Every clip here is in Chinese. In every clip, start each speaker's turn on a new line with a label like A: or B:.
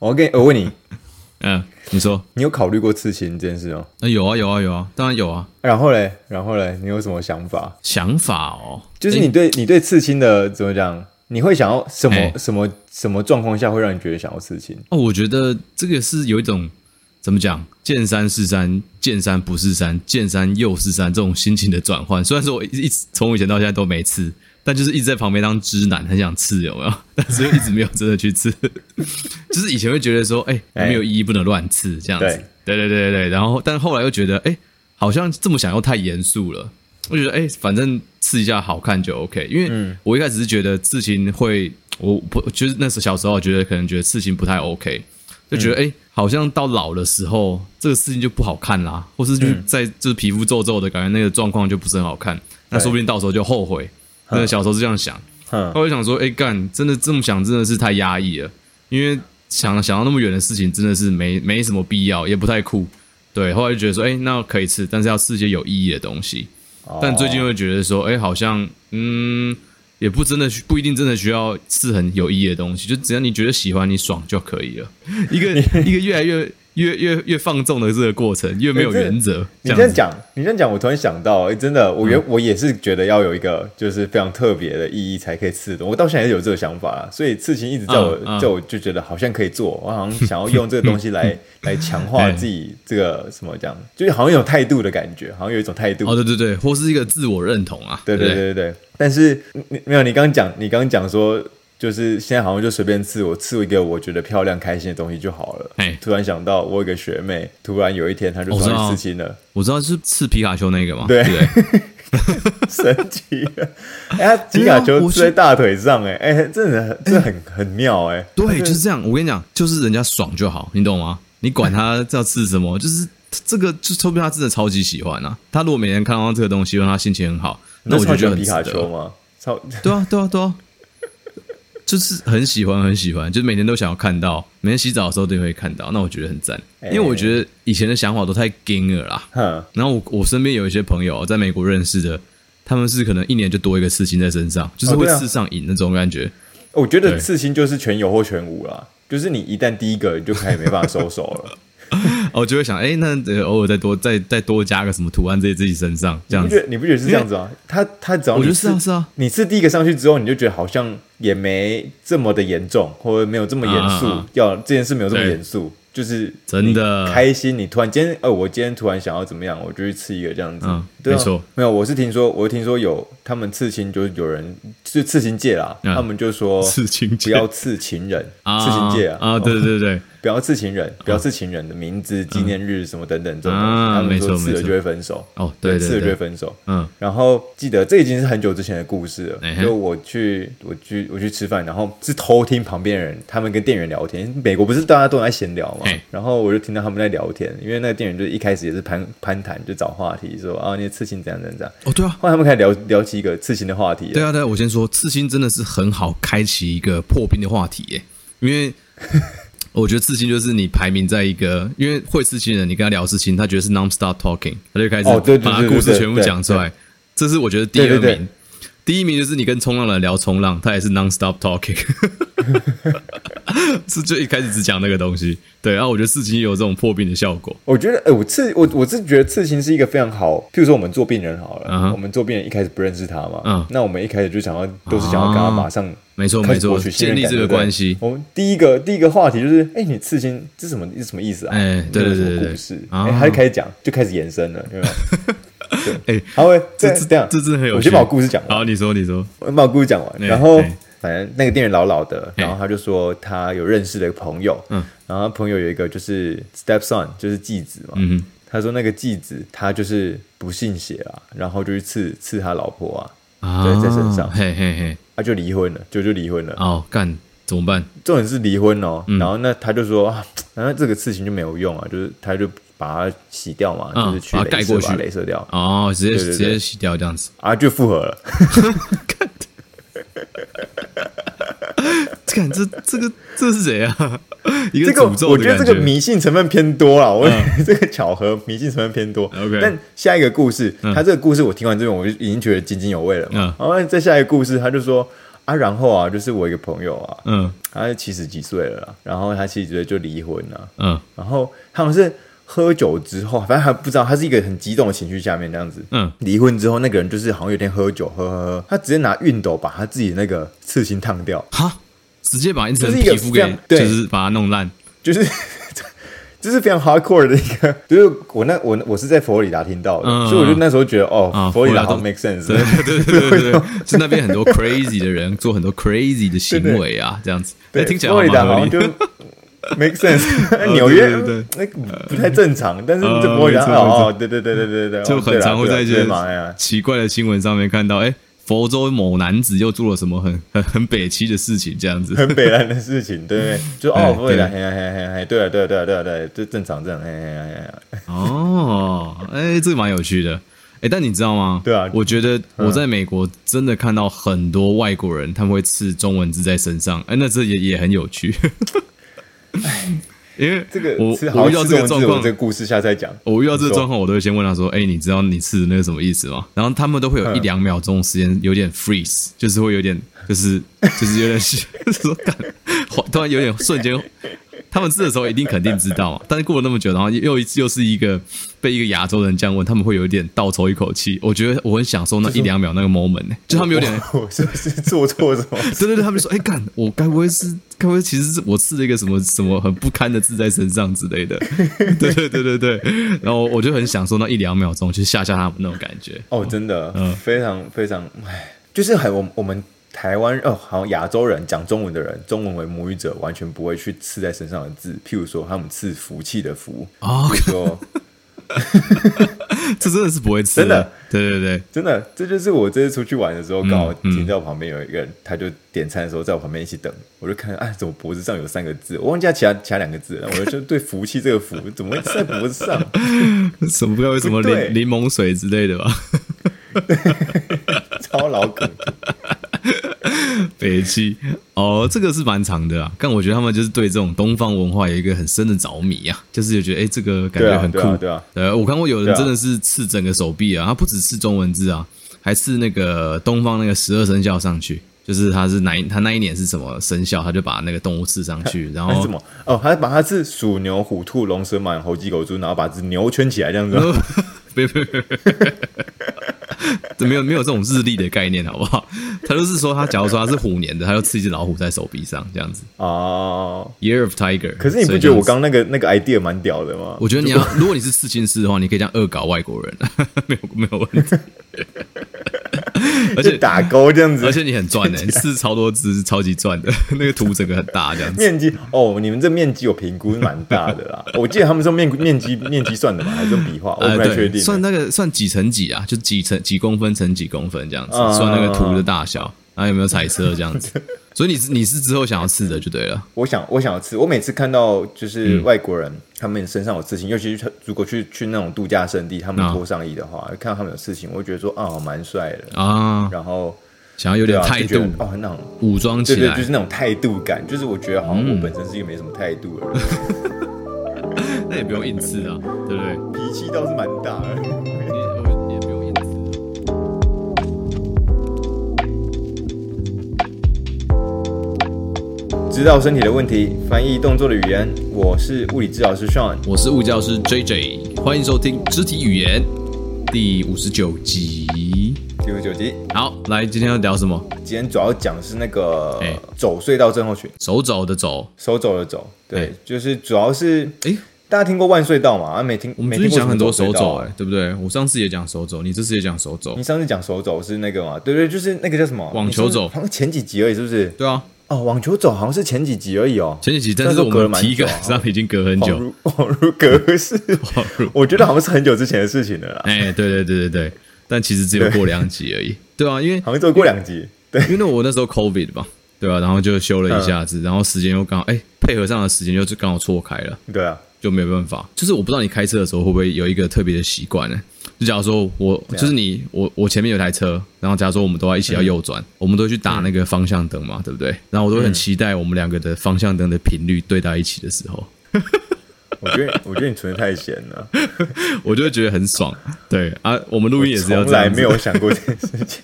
A: 我跟我问你，
B: 嗯，你说，
A: 你有考虑过刺青这件事吗？
B: 那、有啊有啊有啊，当然有啊。
A: 然后嘞，然后嘞，你有什么想法？
B: 想法哦，
A: 就是
B: 诶
A: 你对你对刺青的怎么讲？你会想要什
B: 哎
A: 么什么什么状况下会让你觉得想要刺青？
B: 哦，我觉得这个是有一种怎么讲，见山是山，见山不是山，见山又是山这种心情的转换。虽然说我一一直从我以前到现在都没刺，但就是一直在旁边当知男，很想刺有没 有？但是又一直没有真的去刺， 就是以前会觉得说，哎、
A: 哎
B: 没有意义，不能乱刺这样子。对对对对对，然后但后来又觉得，哎、好像这么想又太严肃了。我觉得，哎、反正刺一下好看就 OK。因为我一开始是觉得刺青会，我不就是那时候小时候觉得可能觉得刺青不太 OK，就觉得哎、诶好像到老的时候这个事情就不好看啦，或是就是在就是皮肤皱皱的感觉，那个状况就不是很好看。那说不定到时候就后悔。那个小时候是这样想，
A: 哼，
B: 后来想说，哎、干，真的这么想真的是太压抑了，因为想想到那么远的事情，真的是没没什么必要，也不太酷。对，后来就觉得说，哎、那可以吃，但是要吃一些有意义的东西。但最近
A: 哦
B: 会觉得说，哎、好像嗯，也不真的需不一定真的需要是很有意义的东西，就只要你觉得喜欢你爽就可以了。 一 个一个越来越越越越放纵的这个过程，越没有
A: 哎这
B: 原则。
A: 你这
B: 这样
A: 样
B: 子
A: 讲，你这样讲，我突然想到，哎，真的，我
B: 嗯
A: 原、我也是觉得要有一个就是非常特别的意义才可以刺的，我到现在也是有这个想法啦，所以刺青一直在我、
B: 嗯嗯
A: 在我就觉得好像可以做，我好像想要用这个东西 来来强化
B: 哎
A: 自己这个什么讲，就是好像有态度的感觉，好像有一种态度，
B: 哦，对对对，或是一个自我认同啊。
A: 对对
B: 对不
A: 对对对。但是你你没有，你刚讲，你刚讲说，就是现在好像就随便刺，我刺一个我觉得漂亮、开心的东西就好了
B: 嘿。
A: 突然想到，我有个学妹，突然有一天她就
B: 哦
A: 跑
B: 是吗
A: 去刺青了，
B: 我知道是刺皮卡丘那个嘛，
A: 对
B: 不对？
A: 神奇了！哎，她皮卡
B: 对啊
A: 丘
B: 我
A: 刺
B: 是
A: 在大腿上，哎哎，真的很这很很妙哎。
B: 对，就是这样。我跟你讲，就是人家爽就好，你懂吗？你管他要吃什么， 就是这个，就说不定他真的超级喜欢啊。他如果每天看到这个东西，让他心情很好，那我就觉得很
A: 你知道超
B: 值
A: 喜欢皮卡丘
B: 得
A: 吗？超
B: 对啊，对啊，对啊，就是很喜欢，很喜欢，就是每天都想要看到，每天洗澡的时候都会看到，那我觉得很赞。
A: 哎
B: 因为我觉得以前的想法都太 g 了啦。
A: 哼，
B: 然后我我身边有一些朋友在美国认识的，他们是可能一年就多一个刺青在身上，就是
A: 哦
B: 会
A: 对啊
B: 刺上瘾那种感觉。
A: 我觉得
B: 对
A: 刺青就是全有或全无啦，就是你一旦第一个，你就开始没办法收手了。
B: 哦，就会想，哎、那、呃、偶尔再多再再多加个什么图案在自己身上，
A: 你
B: 这样
A: 不觉
B: 子。
A: 得你不觉得是这样子吗？啊他他只要
B: 我
A: 你
B: 觉得是啊
A: 刺
B: 是啊，
A: 你刺第一个上去之后，你就觉得好像也没这么的严重，或者没有这么严肃，
B: 啊啊啊
A: 要这件事没有这么
B: 对
A: 严肃，就是
B: 真的
A: 你开心。你突然今天，呃，我今天突然想要怎么样，我就去刺一个这样子。
B: 嗯
A: 对啊、
B: 没错，
A: 没有，我是听说，我听说有他们刺青，就是有人是刺青界啦，
B: 嗯
A: 他们就说
B: 刺青界
A: 不要刺情人，
B: 啊
A: 刺青界啊，
B: 啊，对嗯对对，
A: 不要刺情人，不要刺情人的名字、纪念日什么等等这种东西，
B: 啊
A: 他们说
B: 没错
A: 刺了
B: 没错
A: 就会分手。
B: 哦对对
A: 刺了就
B: 对
A: 会分手。
B: 嗯，
A: 然后记得这已经是很久之前的故事了。
B: 嗯哼
A: 就我去，我去，我去吃饭，然后是偷听旁边人，他们跟店员聊天。美国不是大家都很爱闲聊嘛
B: 嘿？
A: 然后我就听到他们在聊天，因为那个店员就是一开始也是攀攀谈，就找话题说啊，你的刺青怎样怎样怎样。
B: 哦对啊，
A: 后来他们开始聊聊起一个刺青的话题了。
B: 对啊对啊，我先说，刺青真的是很好开启一个破冰的话题耶，因为我觉得刺青就是你排名在一个，因为会刺青的人，你跟他聊刺青，他觉得是 non stop talking，他就开始
A: 哦对对对
B: 把他
A: 对
B: 故事
A: 对
B: 全部
A: 对
B: 讲出
A: 对
B: 来，这是我觉得第二
A: 对
B: 名。
A: 对对
B: 第一名就是你跟冲浪的人聊冲浪，他也是 non stop talking，是就一开始只讲那个东西。对，然、后我觉得刺青也有这种破冰的效果。
A: 我觉得，哎、我刺我我是觉得刺青是一个非常好，譬如说我们做病人好了
B: 嗯哼
A: 我们做病人一开始不认识他嘛
B: 嗯哦
A: 那我们一开始就想要都是想要跟他马上、
B: 没错
A: 开
B: 没
A: 始
B: 错
A: 获，取信
B: 建
A: 任
B: 立
A: 感
B: 这个
A: 对不对
B: 关系。
A: 我们第一个第一个话题就是，哎、你刺青这是什么这是什么意思啊？
B: 哎对
A: 这是什
B: 对
A: 么
B: 对对
A: 故事？哎、
B: 啊
A: 他就开始讲，就开始延伸了，对吧？
B: 哎，
A: 他会
B: 这
A: 这这样，
B: 这真的很有
A: 我
B: 趣
A: 先把我故事讲完，
B: 好，你说你说，
A: 我先把我故事讲完，
B: 哎
A: 然后
B: 哎。
A: 反正那个店员老老的，
B: 哎
A: 然后他就说他有认识的朋友，
B: 嗯，
A: 然后他朋友有一个就是 stepson，就是继子嘛，
B: 嗯哼。
A: 他说那个继子他就是不信邪啊，然后就去刺刺他老婆啊，
B: 啊
A: 对在身上
B: 嘿嘿嘿，
A: 他就离婚了，就就离婚了。
B: 哦，干怎么办？
A: 重点是离婚哦，
B: 嗯
A: 然后那他就说啊，然后这个事情就没有用啊，就是他就把它洗掉嘛，
B: 嗯
A: 就是去
B: 把它盖
A: 镭射
B: 过去
A: 把它镭射掉
B: 哦，直接
A: 对对对
B: 直接洗掉这样子，
A: 啊，就复合了。
B: 看这这个这是谁啊？ 一
A: 这个
B: 诅咒
A: 我
B: 的
A: 觉得
B: 感嗯
A: 这个迷信成分偏多了，我、 这个巧合迷信成分偏多。
B: OK
A: 但下一个故事，
B: 嗯
A: 他这个故事我听完之后，我就已经觉得津津有味了嘛。
B: 嗯
A: 然后再下一个故事，他就说啊，然后啊，就是我一个朋友啊，
B: 嗯，
A: 他七十几岁了啦，然后他七十几岁就离婚了，
B: 嗯
A: 然后他们是喝酒之后，反正还不知道，他是一个很激动的情绪下面这样子。
B: 嗯，
A: 离婚之后，那个人就是好像有点喝酒，喝喝喝，他直接拿熨斗把他自己那个刺青烫掉，
B: 哈，直接把一层
A: 这是一个
B: 皮肤
A: 非常
B: 给
A: 对
B: 就是把它弄烂，
A: 就是 这是非常 hardcore 的一个，就是我那我我是在佛罗里达听到的，
B: 嗯
A: 所以我就那时候觉得哦，
B: 啊
A: 佛罗里达
B: 佛
A: 好
B: 罗里
A: make sense，
B: 对对对对 对对，是那边很多 crazy 的人做很多 crazy 的行为啊，这样子，哎，
A: 对，
B: 听起来
A: 佛罗里
B: 好
A: 达
B: 像
A: 好
B: 蛮合
A: 像
B: 理
A: 就
B: 的。
A: make sense，纽
B: 对
A: 约
B: 对对
A: 那个不太正常，但是
B: 呃
A: 这佛罗里达
B: 没错没错
A: 哦，对对对对对对，
B: 就
A: 哦对
B: 很
A: 啦
B: 常会
A: 对啦
B: 在一
A: 对
B: 些
A: 嘛哎呀，
B: 奇怪的新闻上面看到，哎、佛州某男子又做了什么很很很北七的事情，这样子。
A: 很北兰的事情， 对不对？就
B: 哎
A: 哦，佛罗里达，嘿
B: 对
A: 嘿嘿嘿，对啊对啊对啊对啊对啊，这正常正常，嘿嘿嘿嘿嘿，
B: 哦，哎、这个蛮有趣的。哎、但你知道吗？
A: 对啊
B: 我觉得我在美国真的看到很多外国人，他们会刺中文字在身上，哎、那这也也很有趣。 因为
A: 哎这个
B: 我
A: 吃
B: 我
A: 好
B: 遇到
A: 吃
B: 这
A: 中文
B: 个状
A: 字，我
B: 况
A: 这，个故事下次再讲。
B: 我遇到这
A: 你
B: 个
A: 说
B: 状况，我都会先问他说：“哎、你知道你刺的那个什么意思吗？”然后他们都会有一两秒钟的时间有点 freeze，就是会有点，就是就是有点就是说干， 突然有点瞬间，他们刺的时候一定肯定知道嘛，但是过了那么久，然后又一又是一个被一个亚洲人这样问，他们会有一点倒抽一口气。我觉得我很享受那一两秒那个 moment，、呢， 就他们有点
A: 我我是不是做错 什么？
B: 对对对，他们就说：“哎、干，我该不会是，该不会其实是我刺了一个什么什么很不堪的字在身上之 类的？”对对对对对，然后我就很享受那一两秒钟去吓吓他们那种感觉。
A: 哦，真的，
B: 嗯
A: 非常非常，唉，就是很我我们台湾哦，好像亚洲人讲中文的人，中文为母语者，完全不会去刺在身上的字，譬如说他们刺福气的福，
B: 哦
A: 比，如说
B: 这真的是不会刺，
A: 真的，
B: 对对对，
A: 真的，这就是我这次出去玩的时候，
B: 嗯
A: 刚好停在我旁边有一个人，他就点餐的时候在我旁边一起等，我就看，哎，怎么脖子上有三个字？我忘记他其他其他两个字了，我就对福气这个福怎么会刺在脖子上？
B: 什么不知道为什么
A: 不对
B: 柠柠檬水之类的吧，
A: 超老梗，
B: 北气哦，这个是蛮长的啊。但我觉得他们就是对这种东方文化有一个很深的着迷啊，就是觉得哎、这个感
A: 对
B: 觉
A: 啊
B: 很，酷，
A: 对啊，对啊，
B: 呃，我看过有
A: 对
B: 人
A: 啊
B: 真的是刺整个手臂啊，他不只刺中文字啊，还刺那个东方那个十二生肖上去，就是他是哪一他那一年是什么生肖，他就把那个动物刺上 去，然
A: 还是
B: 后
A: 什么？哦，还把它是鼠、牛、虎、兔、龙、蛇、马、猴、鸡、狗、猪，然后把只牛圈起来这样子。
B: 嗯别别别，这没有没有这种日历的概念，好不好？ 他就是说他假如说他是虎年的，他就刺一只老虎在手臂上这样子
A: 哦，
B: ，Year of Tiger。
A: 可是你
B: 所
A: 不
B: 以
A: 觉得我
B: 这
A: 刚
B: 样子？
A: 那个那个 idea 蛮屌的吗？
B: 我觉得你要，如果你是刺青师的话，你可以这样恶搞外国人，啊 没有没有问题。而且
A: 就打勾这样子
B: 而，且你很赚的、欸，是超多只，超级赚的，那个图整个很大这样子。啊
A: 面积哦，你们这面积我评估是蛮大的啦。我记得他们说面面积面积算的嘛，还是用笔画？我
B: 呃
A: 不太确定。
B: 算那个算几乘几啊？就几乘几公分乘几公分这样子，
A: 啊
B: 算那个图的大小，然后有没有彩色这样子。所以你是你是之后想要刺的就对了。
A: 我想我想要吃，我每次看到就是
B: 嗯
A: 外国人、他们身上有刺青，尤其是如果去去那种度假胜地，他们
B: 啊
A: 脱上衣的话，看到他们有刺青，我会觉得说啊，蛮帅的。
B: 啊，
A: 然后
B: 想要有
A: 对
B: 点
A: 啊，
B: 态
A: 就觉
B: 度
A: 得，哦，那种
B: 武装起
A: 对对，
B: 来嗯
A: 就。是那种态度感，就是我觉得好像我本身是一个没什么态度的人，
B: 那也不用硬刺啊，对不对？
A: 脾气倒是蛮大的。
B: 你我也不用硬刺。
A: 知道身体的问题，翻译动作的语言。我是物理治疗师 Sean，
B: 我是物教师 JJ，欢迎收听肢体语言第五十九集。
A: 第五十九集。
B: 好，来，今天要聊什么？
A: 今天主要讲是那个、
B: 哎
A: 走隧道症候群，
B: 手肘的肘。
A: 手肘的走，对，
B: 哎
A: 就是主要是
B: 哎，
A: 大家听过万岁道嘛？啊，没听，
B: 我们
A: 没
B: 最
A: 听过
B: 近
A: 什
B: 讲
A: 么
B: 很多
A: 走
B: 手
A: 隧道啊
B: 肘、哎，对不对？我上次也讲手肘，你这次也讲手肘
A: 你，上次讲手肘是那个嘛？对对，就是那个叫什么
B: 网球肘
A: 你上次好像前几集而已，是不是？
B: 对啊，
A: 哦，网球肘好像是前几集而已哦。
B: 前几集，但
A: 那时
B: 是
A: 候
B: 我
A: 隔了
B: 们
A: 蛮
B: 提
A: 久
B: 纲
A: 啊
B: 上已经隔很
A: 恍
B: 久，
A: 如恍如隔世，
B: 恍如
A: 我觉得好像是很久之前的事情了 啦，
B: 哎，对对对对对，但其实只有过两集而已，对啊，因为
A: 好像只有过两集。对，
B: 因为那我那时候 COVID 嘛，对啊，然后就休了一下
A: 嗯
B: 子，然后时间又刚好，哎，配合上的时间又就刚好错开了。
A: 对啊，
B: 就没有办法。就是我不知道你开车的时候会不会有一个特别的习惯呢？就假如说我
A: 样
B: 就是你，我我前面有台车，然后假如说我们都要一起要右转，我们都会去打那个方向灯嘛，对不对？然后我都会很期待我们两个的方向灯的频率对到一起的时候，
A: 我觉得我觉得你存的太闲了，
B: 我就会觉得很爽。对啊，我们录音也是要
A: 从
B: 这样
A: 来
B: 子
A: 没有想过这件事情。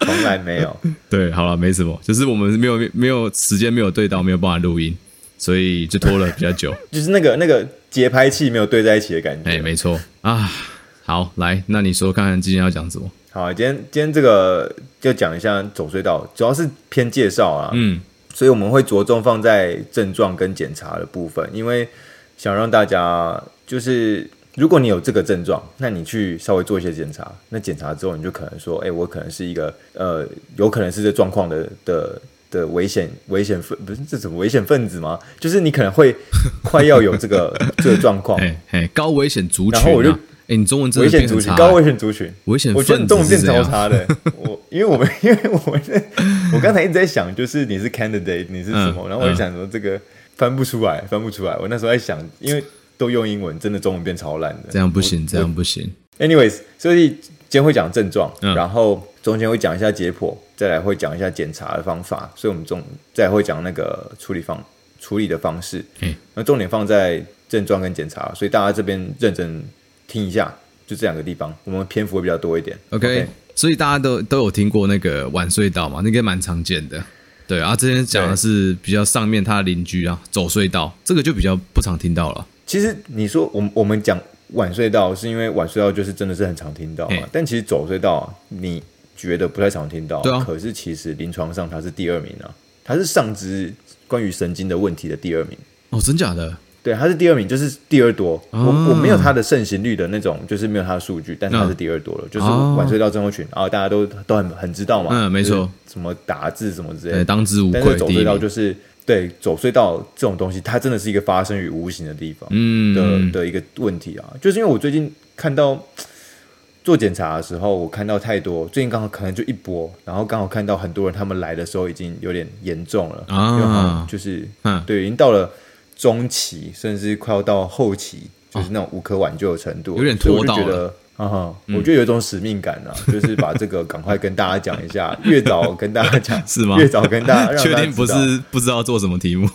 A: 从来没有。
B: 对，好了，没什么，就是我们没有没有时间没有对到，没有办法录音，所以就拖了比较久。
A: 就是那个那个节拍器没有对在一起的感觉。
B: 哎、没错啊。好，来，那你说看看今天要讲什么？
A: 好，今天今天这个就讲一下走隧道，主要是偏介绍啊，
B: 嗯，
A: 所以我们会着重放在症状跟检查的部分，因为想让大家就是，如果你有这个症状，那你去稍微做一些检查，那检查之后你就可能说，哎、我可能是一个呃，有可能是这状况的的的危险危险分不是这什么危险分子吗？就是你可能会快要有这个这个状况，
B: 哎哎，高危险族群、啊。
A: 哦然后我就
B: 哎、你中文真
A: 危
B: 的
A: 险
B: 变
A: 族
B: 很
A: 群
B: 差、
A: 高危
B: 险
A: 险族群。
B: 危险
A: 我觉得
B: 分
A: 你中
B: 子
A: 文变
B: 是怎
A: 超
B: 样？
A: 差 的。我因为我们因为我们 是，我刚才一直在想，就是你是 candidate，你是什么？
B: 嗯
A: 然后我就想说这个翻不出来，翻不出来。我那时候在想，因为都用英文，真的中文变超烂的。
B: 这样不行，这样不行。
A: Anyways，所以今天会讲症状，
B: 嗯
A: 然后中间会讲一下解剖，再来会讲一下检查的方法，所以我们中再来会讲那个处理方处理的方式。
B: 嗯
A: 那重点放在症状跟检查，所以大家这边认真听一下，就这两个地方，我们篇幅会比较多一点。
B: OK，, 所以大家都都有听过那个晚隧道嘛，那个蛮常见的。对啊，之前讲的是比较上面他的邻居啊，走隧道，这个就比较不常听到了。
A: 其实你说我们我们讲晚隧道，是因为晚隧道就是真的是很常听到嘛
B: 嗯，
A: 但其实走隧道你觉得不太常听到，
B: 对啊
A: 可是其实临床上它是第二名啊，它是上肢关于神经的问题的第二名。
B: 哦，真假的？
A: 对，它是第二名，就是第二多。
B: 哦
A: 我我没有它的盛行率的那种，就是没有它的数据，但是它是第二
B: 哦
A: 多了，就是晚睡到症候群啊，大家都都很很知道嘛。
B: 嗯没错，
A: 什么打字什么之类
B: 呃，
A: 的。
B: 当之无
A: 但
B: 愧
A: 是走
B: 第一
A: 隧道
B: 名。
A: 就是对走隧道这种东西，它真的是一个发生于无形的地方的、
B: 嗯，
A: 的一个问题啊。就是因为我最近看到做检查的时候，我看到太多，最近刚好可能就一波，然后刚好看到很多人他们来的时候已经有点严重了，
B: 啊
A: 因为好像就是
B: 嗯
A: 对，已经到了中期，甚至快要到后期，就是那种无可挽救的程度，
B: 哦有点
A: 所以我
B: 拖
A: 就
B: 到
A: 觉
B: 了
A: 得。啊哈，我觉得有一种使命感 啊，就是把这个赶快跟大家讲一下，越早跟大家讲
B: 是吗
A: 越早跟大家，让
B: 确
A: 大家
B: 定不
A: 知道
B: 是不知道做什么题目？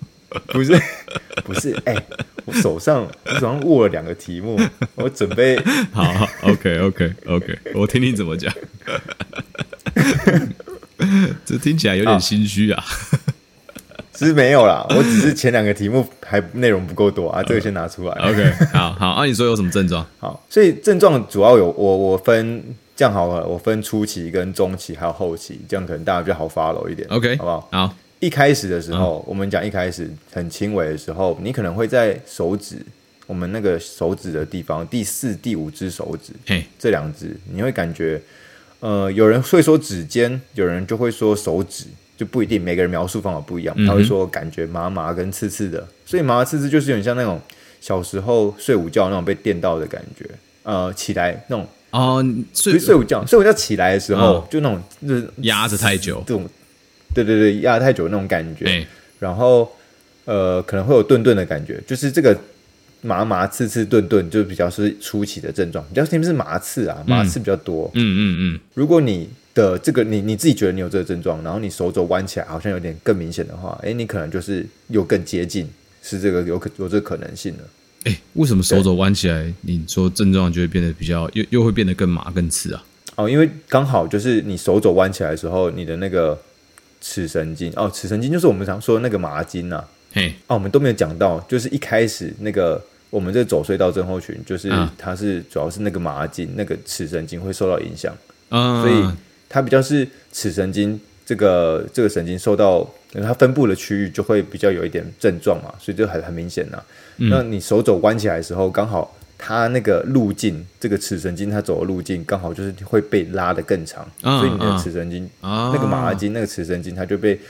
A: 不是 不是，哎、我手上我手上握了两个题目，我准备
B: 好，OK OK OK，我听你怎么讲。 这听起来有点心虚啊。
A: 是没有啦，我只是前两个题目还内容不够多啊，这个先拿出来。
B: 嗯 OK，好好，啊按、你说有什么症状？
A: 好，所以症状主要有我我分这样好了，我分初期跟中期还有后期，这样可能大家比较好 follow 一点
B: OK
A: 好不好？
B: 好，
A: 一开始的时候，我们讲一开始很轻微的时候，你可能会在手指，我们那个手指的地方，第四、第五只手指，
B: 嘿，
A: 这两只，你会感觉，呃，有人会说指尖，有人就会说手指，就不一定，每个人描述方法不一
B: 嗯
A: 样。他会说感觉麻麻跟刺刺的，所以麻麻刺刺就是有点像那种小时候睡午觉那种被电到的感觉，呃，起来那种，
B: 哦，
A: 不
B: 所以
A: 是睡午觉，睡午觉起来的时候、
B: 嗯
A: 就那种就是
B: 压着太久
A: 这种，对对对，压太久的那种感觉。
B: 哎，
A: 然后呃可能会有顿顿的感觉，就是这个麻麻刺刺顿顿，就比较是初期的症状，比较偏是麻刺啊，麻刺比较多。
B: 嗯嗯
A: 如果你的这个你你自己觉得你有这个症状，然后你手肘弯起来好像有点更明显的话，哎，你可能就是又更接近是这个有可有这个可能性了。
B: 嗯，哎，为什么手肘弯起来，你说症状就会变得比较又又会变得更麻更刺啊？
A: 哦，因为刚好就是你手肘弯起来的时候，你的那个尺神经哦，尺神经就是我们常说的那个麻筋啊，
B: 嘿，
A: 哦，我们都没有讲到，就是一开始那个我们这走隧道症候群，就是
B: 嗯
A: 它是主要是那个麻筋、那个尺神经会受到影响，
B: 嗯，
A: 所以它比较是尺神经这个这个神经受到呃它分布的区域就会比较有一点症状嘛，所以就很很明显呐、
B: 嗯
A: 那你手肘弯起来的时候，刚好它那个路径，这个尺神经它走的路径刚好就是会被拉得更长，
B: 嗯
A: 所以你
B: 嗯
A: 的尺神经
B: 啊，
A: 那个马拉筋、那个尺神经，它就被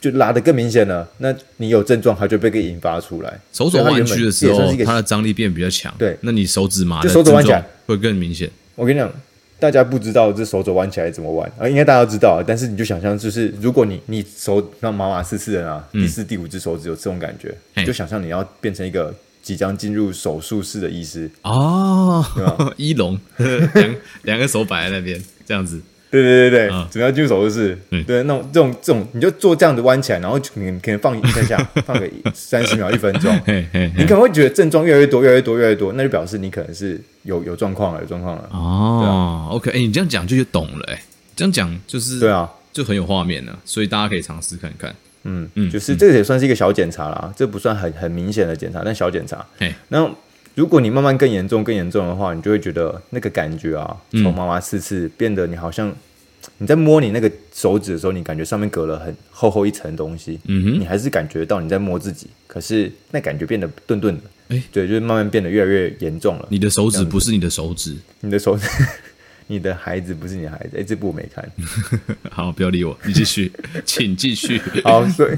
A: 就拉得更明显了。那你有症状，它就被给引发出来。
B: 手肘弯曲的时
A: 所以它原本也算
B: 候
A: 是一，个
B: 它的张力变比较强，
A: 对
B: 那你手指麻的
A: 就手指弯起来
B: 症状会更明显。
A: 我跟你讲，大家不知道这手肘弯起来怎么弯啊，应该大家都知道，但是你就想象，就是如果你你手那马马刺刺的啊，第四、第五只手指有这种感觉，
B: 嗯嘿
A: 就想象你要变成一个即将进入手术室的医
B: 嗯
A: 师。
B: 哦， 一龙两两个手摆在那边，这样子，
A: 对对对对
B: 嗯，
A: 怎么样进入手术室？
B: 嗯
A: 对，那种这种这种，你就做这样的弯起来，然后你可能放一下下，放个三十秒、一分钟，
B: 嘿嘿
A: 你
B: 嘿，
A: 可能会觉得症状越来越多，越来越多，越来越多，那就表示你可能是有有状况了，有状况了。
B: 哦，OK，哎，你这样讲就就懂了，哎，这样讲就是
A: 对啊，
B: 就很有画面了，所以大家可以尝试看看。
A: 嗯嗯，就是这个也算是一个小检查啦，这不算很很明显的检查，但小检查。
B: 嘿，
A: 那如果你慢慢更严重、更严重的话，你就会觉得那个感觉啊，
B: 嗯
A: 从麻麻刺刺变得你好像你在摸你那个手指的时候，你感觉上面隔了很厚厚一层东西，
B: 嗯哼
A: 你还是感觉到你在摸自己，可是那感觉变得钝钝的，
B: 哎
A: 对，就是慢慢变得越来越严重了。
B: 你的手指不是你的手指，
A: 你的手， 你的孩子不是你的孩子，哎、这部我没看。啊
B: 好，不要理我，你 继续，请继续。
A: 好，所以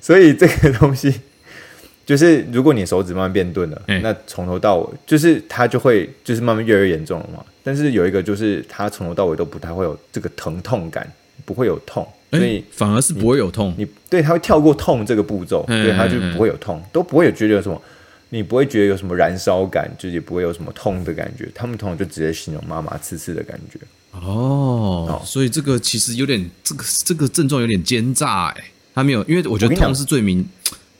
A: 所以这个东西 就是，如果你手指慢慢变钝了，
B: 哎
A: 那从头到尾就是它就会就是慢慢越来越严重了嘛。但是有一个就是，它从头到尾都不太会有这个疼痛感，不会有痛，所以
B: 哎，反而是不会有痛，
A: 你对它会跳过痛这个步骤，
B: 嗯
A: 对它就不会有痛，都不会有觉得有什么。你不会觉得有什么燃烧感，就是也不会有什么痛的感觉。他们通常就直接形容麻麻刺刺的感觉。
B: 哦，所以这个其实有点，这个这个症状有点奸诈哎、他没有，因为我觉
A: 我跟
B: 得
A: 你讲
B: 痛是最明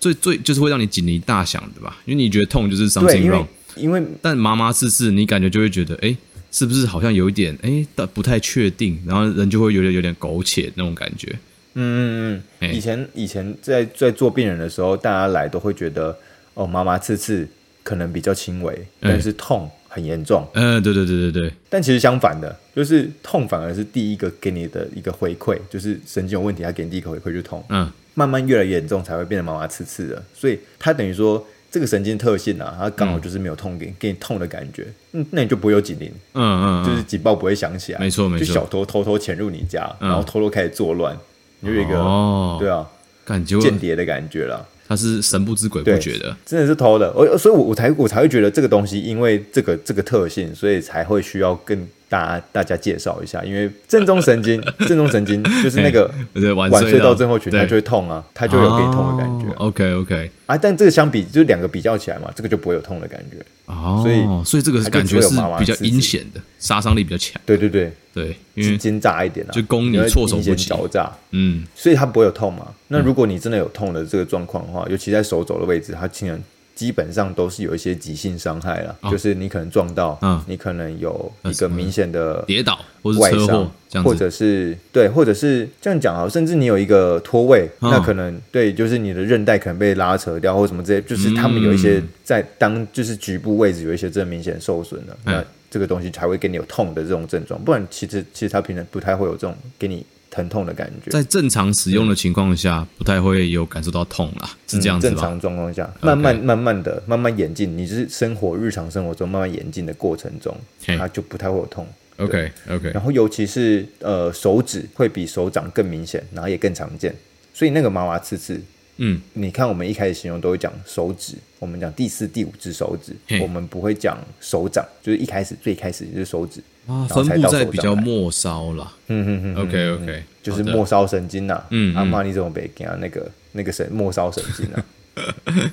B: 最最就是会让你警铃大响的吧，因为你觉得痛就
A: 对，
B: 是 something
A: 因为
B: wrong，
A: 因为
B: 但麻麻刺刺，你感觉就会觉得哎、是不是好像有一点哎，但不太确定，然后人就会有点有点苟且那种感觉。
A: 嗯嗯
B: 哎
A: 嗯，以前以前在在做病人的时候，大家来都会觉得哦麻麻刺刺可能比较轻微，但是痛很严重。
B: 嗯、对对对对对，
A: 但其实相反的，就是痛反而是第一个给你的一个回馈，就是神经有问题，他给你第一个回馈就是痛，
B: 嗯，
A: 慢慢越来越严重才会变得麻麻刺刺的。所以它等于说这个神经特性啊，它刚好就是没有痛给给你痛的感觉，嗯，那你就不会有警铃，
B: 嗯嗯，嗯
A: 就是警报不会响起来，
B: 没错没错
A: 就小偷偷偷潜入你家，
B: 嗯
A: 然后偷偷开始作乱，你就有一个、
B: 哦，
A: 对啊。
B: 感觉
A: 间谍的感觉啦，
B: 他是神不知鬼不
A: 对
B: 觉的，
A: 真的是偷的。我所以我，我才我才会觉得这个东西，因为这个这个特性，所以才会需要跟大家大家介绍一下。因为正中神 经，正中神经就是那个
B: 对，晚
A: 晚
B: 睡
A: 睡到症候群，它
B: 对哦
A: 就会痛啊，它就会有给你痛的感觉啊。
B: OK OK，
A: 啊但这个相比，就是两个比较起来嘛，这个就不会有痛的感觉。
B: 哦，
A: 所以
B: 所以这个
A: 它就
B: 感
A: 只
B: 觉
A: 会
B: 是
A: 有麻麻
B: 比较
A: 刺
B: 阴
A: 激
B: 险的，杀伤力比较强。
A: 对对对，
B: 对，因
A: 是
B: 为
A: 奸诈一点啊，
B: 就攻你
A: 要
B: 措手不及
A: 阴险狡诈。
B: 嗯，
A: 所以它不会有痛嘛。那如果你真的有痛的这个状况的话，尤其在手肘的位置，它竟然基本上都是有一些急性伤害啦，就是你可能撞到，
B: 哦嗯呃
A: 你可能有一个明显的
B: 跌倒或是
A: 外
B: 车
A: 伤
B: 祸这，样
A: 或
B: 子，
A: 者是对，或者是这样讲啊，甚至你有一个脱位，
B: 哦
A: 那可能对，就是你的韧带可能被拉扯掉或什么之类，就是他们有一些
B: 嗯
A: 在当就是局部位置有一些真的明显受损了，
B: 嗯
A: 那这个东西才会给你有痛的这种症状，不然其实其实它平常不太会有这种给你疼痛的感觉。
B: 在正常使用的情况下，不太会有感受到痛啦，是这样子
A: 正
B: 吧？
A: 常状况下，慢慢慢慢的慢慢演进，你就是生活日常生活中慢慢演进的过程中，
B: 嘿
A: 它就不太会有痛。
B: OK OK，
A: 然后尤其是呃手指会比手掌更明显，然后也更常见。所以那个麻麻刺刺，
B: 嗯，
A: 你看我们一开始形容都会讲手指，我们讲第四、第五只手指
B: 嘿，
A: 我们不会讲手掌，就是一开始最开始就是手指，
B: 啊，
A: 然后
B: 分
A: 才
B: 布
A: 到
B: 在
A: 手
B: 比
A: 掌
B: 较
A: 来
B: 末梢啦。
A: 嗯嗯嗯嗯
B: OK OK，
A: 就是末梢神经呐、啊，
B: 嗯
A: 阿
B: 嗯
A: 妈你怎么被给啊那个那个神末梢神经 啊，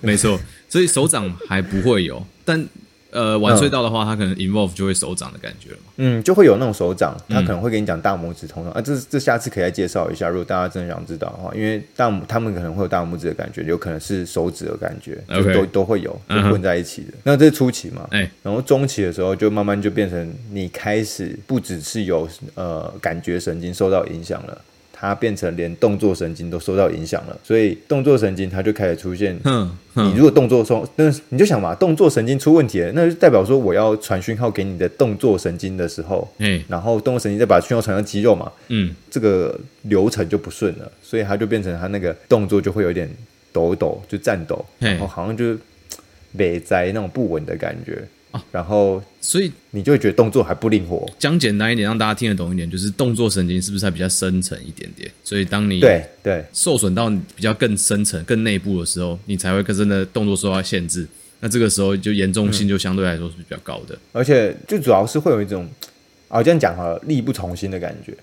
B: 没错，所以手掌还不会有，但呃晚
A: 嗯
B: 睡到的话，它可能 involve 就会手掌的感觉了嘛。
A: 嗯，就会有那种手掌，
B: 嗯
A: 他可能会跟你讲大拇指通常、啊，这这下次可以再介绍一下，如果大家真的想知道的话，因为大拇他们可能会有大拇指的感觉，有可能是手指的感觉，就
B: OK
A: 都都会有，就
B: 嗯哼
A: 混在一起的。那这是初期嘛，
B: 哎
A: 然后中期的时候就慢慢就变成你开始不只是有呃感觉神经受到影响了。它变成连动作神经都受到影响了，所以动作神经它就开始出现
B: 哼
A: 你
B: 哼，
A: 如果动作说，那你就想嘛，动作神经出问题了，那就代表说我要传讯号给你的动作神经的时候，
B: 哎，
A: 然后动作神经再把讯号传到肌肉嘛，
B: 嗯，
A: 这个流程就不顺了，所以它就变成它那个动作就会有点抖抖，就颤抖，
B: 嘿
A: 然后好像就是美哉那种不稳的感觉，
B: 啊
A: 然后
B: 所以
A: 你就会觉得动作还不灵活，
B: 讲简单一点，让大家听得懂一点，就是动作神经是不是它比较深层一点点？所以当你
A: 对对，
B: 受损到比较更深层、更内部的时候，你才会跟真的动作受到限制。那这个时候就严
A: 嗯
B: 重性就相对来说是比较高的。
A: 而且最主要是会有一种。啊，这样讲好了，力不从心的感觉。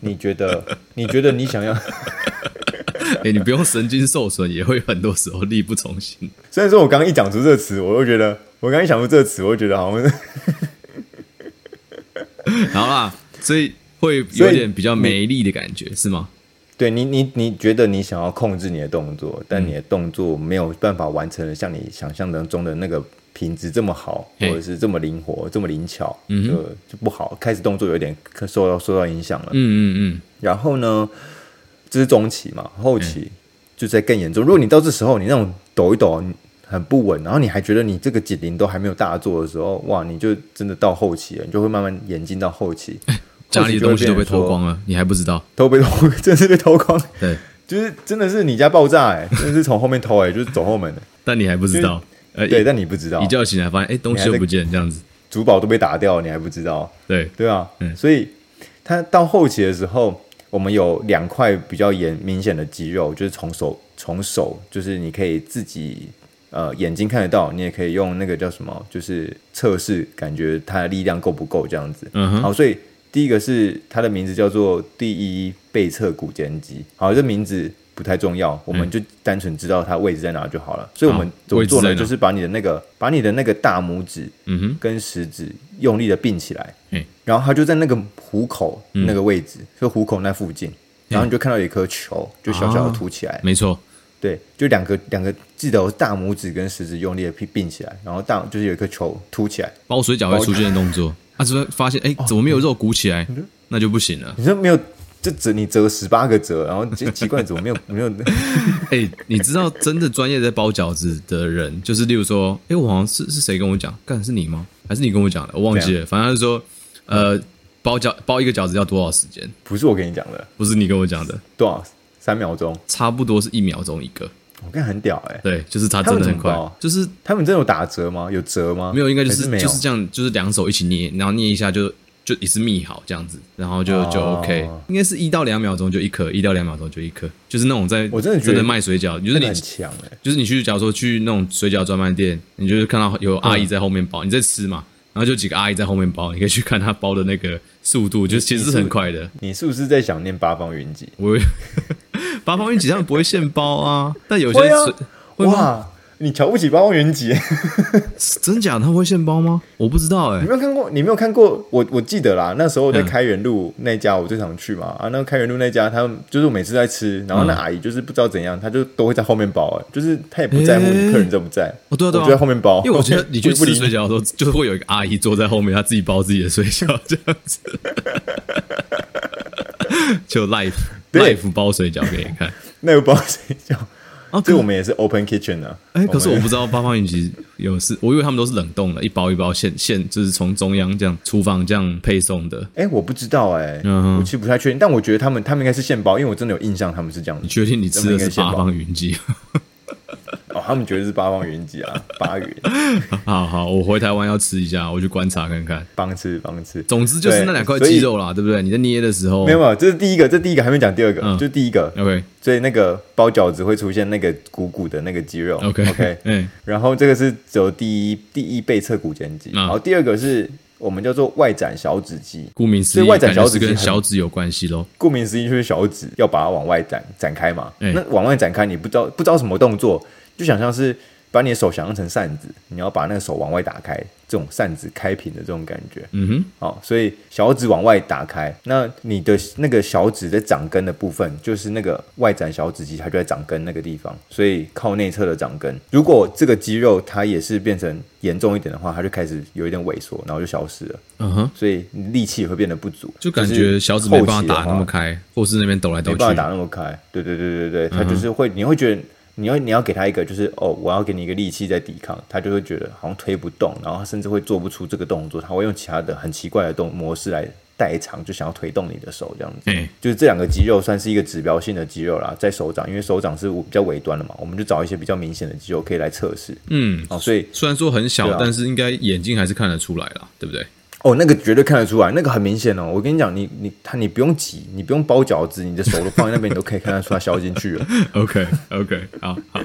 A: 你觉得？你觉得你想要？
B: 哎、你不用神经受损，也会很多时候力不从心。
A: 虽然说我刚刚一讲出这个词，我就觉得，我刚刚一想出这个词，我就觉得好像是，
B: 好啦，所以会有点比较没力的感觉，是吗？
A: 对你，你你觉得你想要控制你的动作，但你的动作没有办法完成的像你想象当中的那个品质这么好，
B: 嘿
A: 或者是这么灵活、这么灵巧，
B: 嗯哼
A: 就就不好。开始动作有点受到受到影响了。
B: 嗯嗯
A: 然后呢，这是中期嘛，后
B: 嗯
A: 期就在更严重。如果你到这时候你那种抖一抖你很不稳，然后你还觉得你这个紧邻都还没有大做的时候，哇，你就真的到后期了，你就会慢慢演进到后期，
B: 嗯， 家里的东西都被偷光
A: 了，
B: 了，你还不知道？
A: 都被偷， 真是被偷光，
B: 对，
A: 就是真的是你家爆炸哎、真的是从后面偷哎、就是走后门的，
B: 但你还不知道。 呃，
A: 对，
B: 一
A: 但你不知道
B: 一，觉醒来发现，哎，东西
A: 你还
B: 又
A: 在
B: 不见，这样子。
A: 珠宝都被打掉，你还不知道，
B: 对，
A: 对啊，
B: 嗯
A: 所以他到后期的时候，我们有两块比较严明显的肌肉，就是从手从手，就是你可以自己呃眼睛看得到，你也可以用那个叫什么，就是测试感觉它的力量够不够这样子。
B: 嗯哼，
A: 好，所以第一个是它的名字叫做第一背侧股间肌。好，这名字不太重
B: 嗯
A: 要，我们就单纯知道它位置在哪就好了。所以我们
B: 好
A: 怎么做
B: 哦
A: 呢？
B: 位置在哪
A: 就是把你的那个把你的那个大拇指
B: 嗯哼，
A: 跟食指用力的并起来
B: 嗯，
A: 然后它就在那个虎口
B: 嗯
A: 那个位置，就虎口那附近，然后你就看到有一颗球，就小小的凸起来，
B: 没错，
A: 对，就两个两个，记得我大拇指跟食指用力的并并起来，然后大就是有一颗球凸起来，
B: 包水饺会出现的动作。啊，只会发现，哎，怎么没有肉鼓起来？那就不行了。
A: 你说没有。就折你折十八个折，然后就奇怪怎么没有 没有
B: 哎、你知道真的专业在包饺子的人，就是例如说，哎、我好像是是谁跟我讲，干是你吗？还是你跟我讲的？我忘记了，反正他就说，呃，包饺包一个饺子要多少时间？
A: 不是我跟你讲的，
B: 不是你跟我讲的，
A: 多少三秒钟，
B: 差不多是一秒钟一个。
A: 我看很屌哎、
B: 对，就是他真的很快
A: 他们怎么包，
B: 就是
A: 他们真的有打折吗？有折吗？
B: 没有，应该就
A: 还
B: 是
A: 是没有，
B: 就是这样，就是两手一起捏，然后捏一下就就一次密好这样子，然后就、就
A: 哦
B: OK，应该是一到两秒钟就一颗，一到两秒钟就一颗，就是那种在
A: 我真的觉得
B: 卖水饺，就
A: 真
B: 是
A: 的
B: 你
A: 很强哎、
B: 就是你去，假如说去那种水饺专卖店，你就是看到有
A: 嗯
B: 阿姨在后面包，你在吃嘛，然后就几个阿姨在后面包，你可以去看她包的那个速度，就其实是很快的。
A: 你是不是在想念八方云集？
B: 我 八方云集他们不会现包啊，但有些
A: 会啊
B: 水会吗？
A: 哇，你瞧不起八方云 集？
B: 真假的他们会现包吗？我不知道哎、
A: 你没有看过？你没有看过？我我记得啦，那时
B: 嗯
A: 候在开元路那家，我最常去嘛。啊，那开元路那家，他们就是我每次在吃，然后
B: 嗯
A: 那阿姨就是不知道怎样，她就都会在后面包、欸，就是她也不在乎
B: 欸
A: 你客人在不在，
B: 哦，对啊，对啊，
A: 我就在后面包
B: 因为我觉得
A: 后面
B: 你去
A: 不
B: 吃
A: 理
B: 水饺的时候，就是会有一个阿姨坐在后面，她自己包自己的水饺，这样 子，就 life
A: 对
B: life 包水饺给你 看。
A: 那又包水饺。
B: 啊，
A: 所以
B: 可
A: 我们也是 open kitchen 啊。
B: 哎、可是我
A: 们
B: 不知道八方云集有是，我以为他们都是冷冻的，一包一包现现就是从中央这样厨房这样配送的。
A: 哎、我不知道哎、
B: 嗯哼
A: 我其实不太确定，但我觉得他们他们应该是现包，因为我真的有印象他们是这样
B: 你
A: 子。
B: 确定你吃的是八方云集？
A: 哦，他们觉得是八方云集啊，八云
B: 好好，我回台湾要吃一下，我去观察看看。
A: 帮吃帮吃。
B: 总之就是那两块
A: 对所以
B: 肌肉啦，对不对？你在捏的时候
A: 没有没有，这是第一个，这第一个还没讲第二个，
B: 嗯
A: 就第一个。
B: ，OK
A: 所以那个包饺子会出现那个鼓鼓的那个肌肉。
B: OK
A: OK，
B: 哎、
A: 然后这个是只有第一第一背侧股间肌，
B: 嗯
A: 然后第二个是我们叫做外展小指肌，
B: 顾名思
A: 所
B: 义，
A: 以外展
B: 感觉
A: 小
B: 是
A: 指是
B: 跟
A: 很
B: 小指有关系喽。
A: 顾名思义就是小指要把它往外展展开嘛。
B: 哎
A: 那往外展开，你不知道不知道什么动作，就想象是把你的手想象成扇子，你要把那个手往外打开，这种扇子开屏的这种感觉。
B: 嗯哼，
A: 哦，所以小指往外打开，那你的那个小指在掌根的部分，就是那个外展小指肌，它就在掌根那个地方，所以靠内侧的掌根。如果这个肌肉它也是变成严重一点的话，它就开始有一点萎缩，然后就消失了，
B: 嗯哼，
A: 所以你力气也会变得不足，
B: 就感
A: 是
B: 觉小指没办
A: 后
B: 法
A: 期的
B: 打那
A: 话
B: 么开，或是那边抖来抖
A: 没
B: 去。嗯
A: 办法打那么开。对对对对对，他就是会，你会觉得。你要你要给他一个，就是哦，我要给你一个力气在抵抗，他就会觉得好像推不动，然后他甚至会做不出这个动作，他会用其他的很奇怪的动模式来代偿，就想要推动你的手这样子。
B: 哎、
A: 就是这两个肌肉算是一个指标性的肌肉啦，在手掌，因为手掌是比较尾端的嘛，我们就找一些比较明显的肌肉可以来测试。
B: 嗯，
A: 哦，所以
B: 虽然说很小，
A: 对啊
B: 但是应该眼睛还是看得出来啦，对不对？
A: 哦，那个绝对看得出来，那个很明显哦。我跟你讲，你你他你不用挤，你不用包饺子，你的手都放在那边，你都可以看得出来削进去了。
B: OK OK，好好，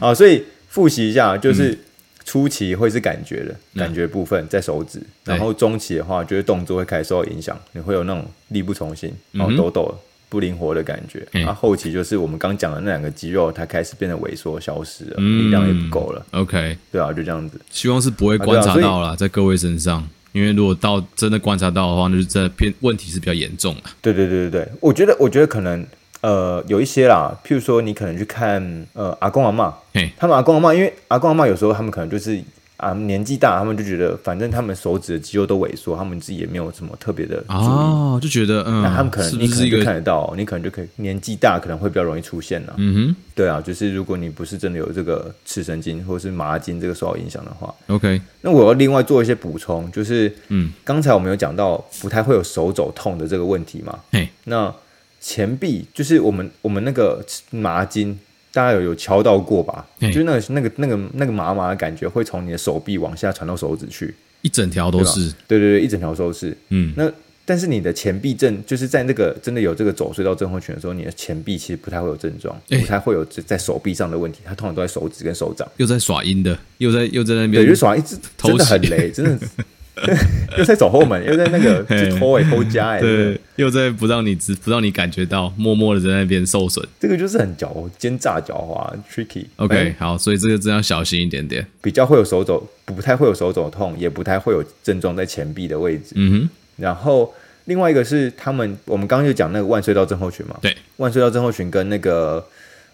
A: 啊，所以复习一下，
B: 嗯
A: 就是初期会是感觉的、感觉部分在手指，
B: 对
A: 然后中期的话，就是动作会开始受到影响，你会有那种力不从心，然后抖抖不灵活的感觉。
B: 嗯
A: 那、后期就是我们刚讲的那两个肌肉，它开始变得萎缩、消失了，
B: 嗯
A: 力量也不够了，
B: OK，
A: 对啊，就这样子。
B: 希望是不会
A: 啊
B: 观察
A: 对啊所以
B: 到啦，在各位身上，因为如果到真的观察到的话，那就这偏问题是比较严重的。啊
A: 对对对对对，我觉得我觉得可能呃，有一些啦，譬如说你可能去看呃阿公阿妈
B: 嘿，
A: 他们阿公阿妈，因为阿公阿妈有时候他们可能就是啊年纪大，他们就觉得反正他们手指的肌肉都萎缩，他们自己也没有什么特别的注意。
B: 哦，就觉得嗯，
A: 那他们可能
B: 是不
A: 你可
B: 是
A: 能
B: 一
A: 就
B: 个
A: 看得到，你可能就可以年纪大可能会比较容易出现啦。
B: 嗯
A: 对啊，就是如果你不是真的有这个视神经或者是麻筋这个受到影响的话，
B: 哼，OK，
A: 那我要另外做一些补充，就是
B: 嗯，
A: 刚才我们有讲到不太会有手肘痛的这个问题嘛，
B: 嘿，
A: 那前臂就是我们我们那个麻筋，大家有有敲到过吧？
B: 嗯
A: 就是那个那个那个那个麻麻的感觉，会从你的手臂往下传到手指去，
B: 一整条都
A: 对吧
B: 是，。
A: 对对对，一整条都是。
B: 嗯，
A: 那但是你的前臂症，就是在那个真的有这个肘隧道症候群的时候，你的前臂其实不太会有症状，
B: 哎
A: 不太会有在手臂上的问题，它通常都在手指跟手掌。
B: 又在耍阴的，又在又在那边，
A: 对，就是手上一直
B: 偷袭
A: 真的很雷，真的 又在走后门，又在那个就偷哎、偷加哎、
B: 对，又在不让你知，不让你感觉到，默默的在那边受损。
A: 这个就是很狡奸诈狡猾，tricky。
B: OK，、
A: 哎
B: 好，所以这个真的要小心一点点。
A: 比较会有手肘，不太会有手肘痛，也不太会有症状在前臂的位置。
B: 嗯哼，
A: 然后另外一个是他们，我们刚刚就讲那个腕隧道症候群嘛，
B: 对，
A: 腕隧道症候群跟那个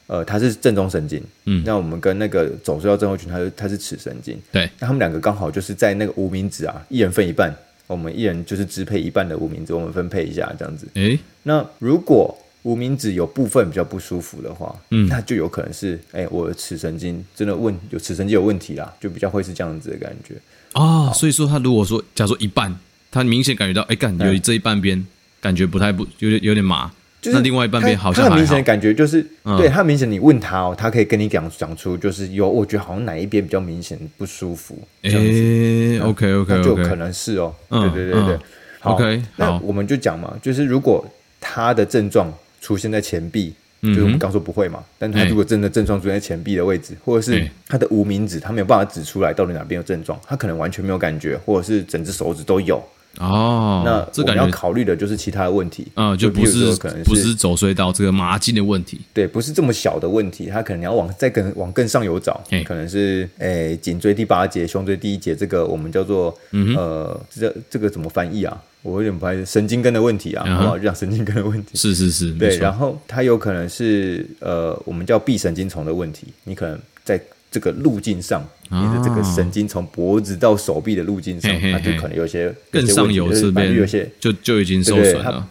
A: 呃，它是正中神经，
B: 嗯
A: 那我们跟那个肘隧道症候群，它是它是尺神经，
B: 对，
A: 那他们两个刚好就是在那个无名指啊，一人分一半，我们一人就是支配一半的无名指，我们分配一下这样子。
B: 诶、
A: 那如果无名指有部分比较不舒服的话，
B: 嗯
A: 那就有可能是，哎、我的尺神经真的问有尺神经有问题啦，就比较会是这样子的感觉。
B: 哦，所以说他如果说，假如说一半，他明显感觉到，哎、干有
A: 嗯
B: 这一半边感觉不太不，有点有点麻，
A: 就是
B: 那另外一半边
A: 他
B: 好
A: 他
B: 像
A: 很
B: 还
A: 明显
B: 好
A: 的。感觉就是，
B: 嗯
A: 对他明显你问他哦，他可以跟你讲讲出就是有，我觉得好像哪一边比较明显不舒服，这
B: 诶、
A: 样子，
B: o k
A: 那
B: OK
A: 就有可
B: OK，
A: 能是哦，
B: 嗯
A: 对对对对，
B: 嗯
A: 好
B: OK，
A: 那
B: 好
A: 我们就讲嘛，就是如果他的症状出现在前臂。就是我
B: 嗯哼
A: 们刚说不会嘛，但他
B: 哎
A: 如果真的症状出现在前臂的位置，或者是
B: 哎
A: 他的无名指，他没有办法指出来到底哪边有症状，他可能完全没有感觉，或者是整只手指都有。
B: 哦，
A: 那
B: 这
A: 我们
B: 感
A: 要
B: 觉。
A: 考虑的就是其他的问题，
B: 啊、就
A: 比
B: 不
A: 如
B: 是
A: 说可能
B: 不是走隧道这个麻筋的问题，
A: 对，不是这么小的问题，它可能你要往再更往更上游找
B: 嘿，
A: 可能是诶颈椎第八节、胸椎第一节，这个我们叫做、
B: 嗯
A: 呃，这这个怎么翻译啊？我有点不太神经根的问题啊，
B: 嗯哼
A: 好不好？就讲神经根的问题。
B: 是是是， 没
A: 对，
B: 错
A: 然后它有可能是呃，我们叫臂神经丛的问题，你可能在这个路径上，你的这个
B: 哦
A: 神经从脖子到手臂的路径上，
B: 嘿嘿
A: 它就
B: 嘿
A: 可能有些
B: 更上游这边
A: 有些
B: 就就已经受
A: 对对
B: 损
A: 他
B: 了。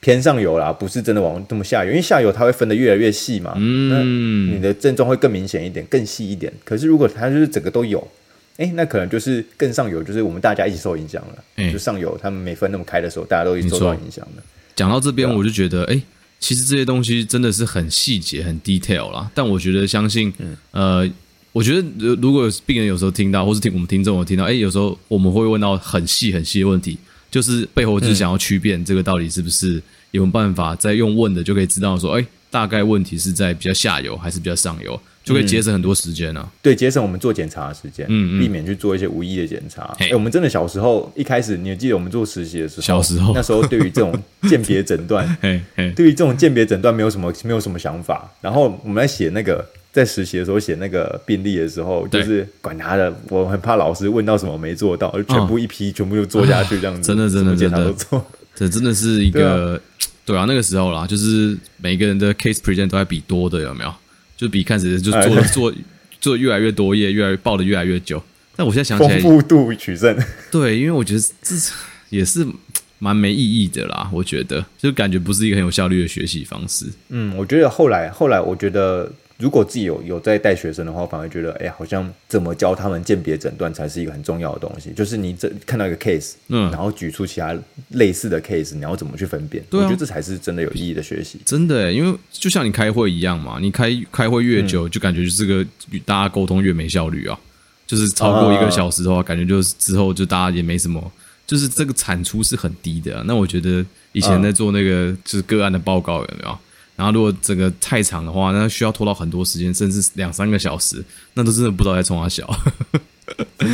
A: 偏上游啦，不是真的往这么下游，因为下游它会分得越来越细嘛，
B: 嗯
A: 你的症状会更明显一点，更细一点。可是如果它就是整个都有，哎、那可能就是更上游，就是我们大家一起受影响了。
B: 诶
A: 就上游他们没分那么开的时候，大家都一起受到影响了。
B: 讲到这边，我就觉得，哎、其实这些东西真的是很细节、很 detail 啦。但我觉得，相信，呃，我觉得呃如果有病人有时候听到，或是听我们听众有听到，哎、有时候我们会问到很细、很细的问题，就是背后就是想要区辨这个到底是不是有没有办法再用问的就可以知道说，哎、大概问题是在比较下游还是比较上游，就可以节省很多时间啊。
A: 对，节省我们做检查的时间，
B: 嗯嗯
A: 避免去做一些无意义的检查。
B: 嘿
A: 哎、我们真的小时候一开始，你还记得我们做实习的时候，
B: 小时候
A: 那时候对于这种鉴别诊断，
B: 嘿嘿，
A: 对于这种鉴别诊断没有什么没有什么想法。然后我们在写那个在实习的时候写那个病历的时候，
B: 对
A: 就是管他的，我很怕老师问到什么没做到，就全部一批、全部就做下去这样子，
B: 嗯 真的真的
A: 什么检查
B: 真
A: 都
B: 的
A: 做。
B: 这真的是一个对啊，那个时候啦，就是每个人的 case present 都在比多的，有没有？就比看谁就
A: 哎
B: 做
A: 对
B: 做做越来越多页，越来越报的越来越久。但我 现在想起
A: 丰
B: 来，
A: 富度取胜，
B: 对，因为我觉得这也是蛮没意义的啦。我觉得就感觉不是一个很有效率的学习方式。
A: 嗯，我觉得后来后来，我觉得如果自己有有在带学生的话，反而觉得，哎、好像怎么教他们鉴别诊断才是一个很重要的东西。就是你这看到一个 case，
B: 嗯
A: 然后举出其他类似的 case，你要怎么去分辨？
B: 对啊
A: 我觉得这才是真的有意义的学习。
B: 真的欸，因为就像你开会一样嘛，你开开会越久，就感觉就是个与大家沟通越没效率啊。就是超过一个小时的话，感觉就是之后就大家也没什么，就是这个产出是很低的啊、那我觉得以前在做那个就是个案的报告有没有？然后如果整个太长的话，那需要拖到很多时间，甚至两三个小时，那都真的不知道在冲他笑。
A: 真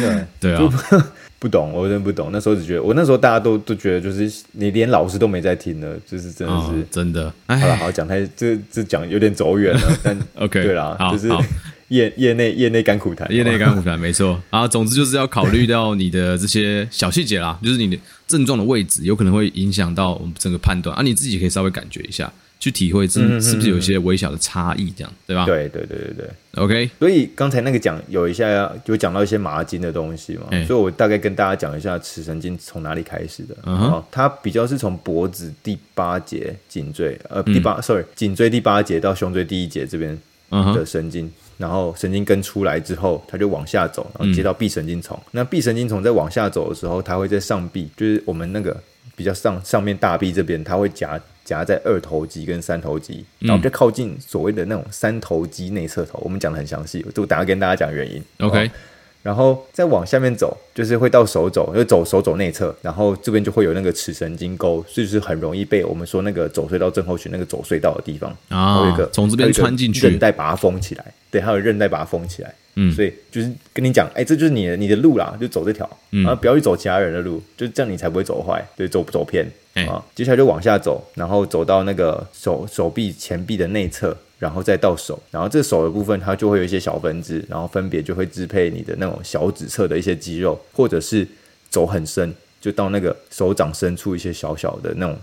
A: 的，
B: 对啊，
A: 不懂，我真的不懂。那时候只觉得，我那时候大家都都觉得，就是你连老师都没在听了，就是真的是。
B: 嗯，真的，
A: 好了，
B: 哎，
A: 好讲太这这讲有点走远了，但
B: OK，
A: 对啦，
B: 好
A: 就是
B: 好
A: 业业内业内甘苦谈，
B: 业内干股团没错啊。总之就是要考虑到你的这些小细节啦，就是你的症状的位置，有可能会影响到我们整个判断啊。你自己可以稍微感觉一下，去体会是、是不是有一些微小的差异，这样对吧？
A: 对对对对对。
B: OK，
A: 所以刚才那个讲有一下有讲到一些麻筋的东西嘛，
B: 哎
A: 所以我大概跟大家讲一下尺神经从哪里开始的。
B: 嗯哼
A: 哦它比较是从脖子第八节、颈椎呃第八、sorry 颈椎第八节到胸椎第一节这边
B: 嗯哼
A: 的神经。然后神经根出来之后，它就往下走，然后
B: 嗯
A: 接到臂神经丛。那臂神经丛在往下走的时候，它会在上臂，就是我们那个比较上上面大臂这边，它会夹夹在二头肌跟三头肌，然后比较靠近所谓的那种三头肌内侧头。我们讲的很详细，我就等下跟大家讲原因。
B: OK，、
A: 哦然后再往下面走，就是会到手肘，就走手肘内侧，然后这边就会有那个尺神经沟，所以就是很容易被我们说那个走隧道症候群那个走隧道的地方，
B: 啊
A: 然后有一个
B: 从这边
A: 还有一个
B: 穿进去
A: 韧带把它封起来，对，还有韧带把它封起来，
B: 嗯
A: 所以就是跟你讲，哎，这就是你的你的路啦，就走这条，
B: 嗯
A: 然后不要去走其他人的路，就这样你才不会走坏，对，走走偏
B: 哎
A: 啊。接下来就往下走，然后走到那个手手臂前臂的内侧，然后再到手，然后这手的部分它就会有一些小分支，然后分别就会支配你的那种小指侧的一些肌肉，或者是走很深，就到那个手掌深处一些小小的那种。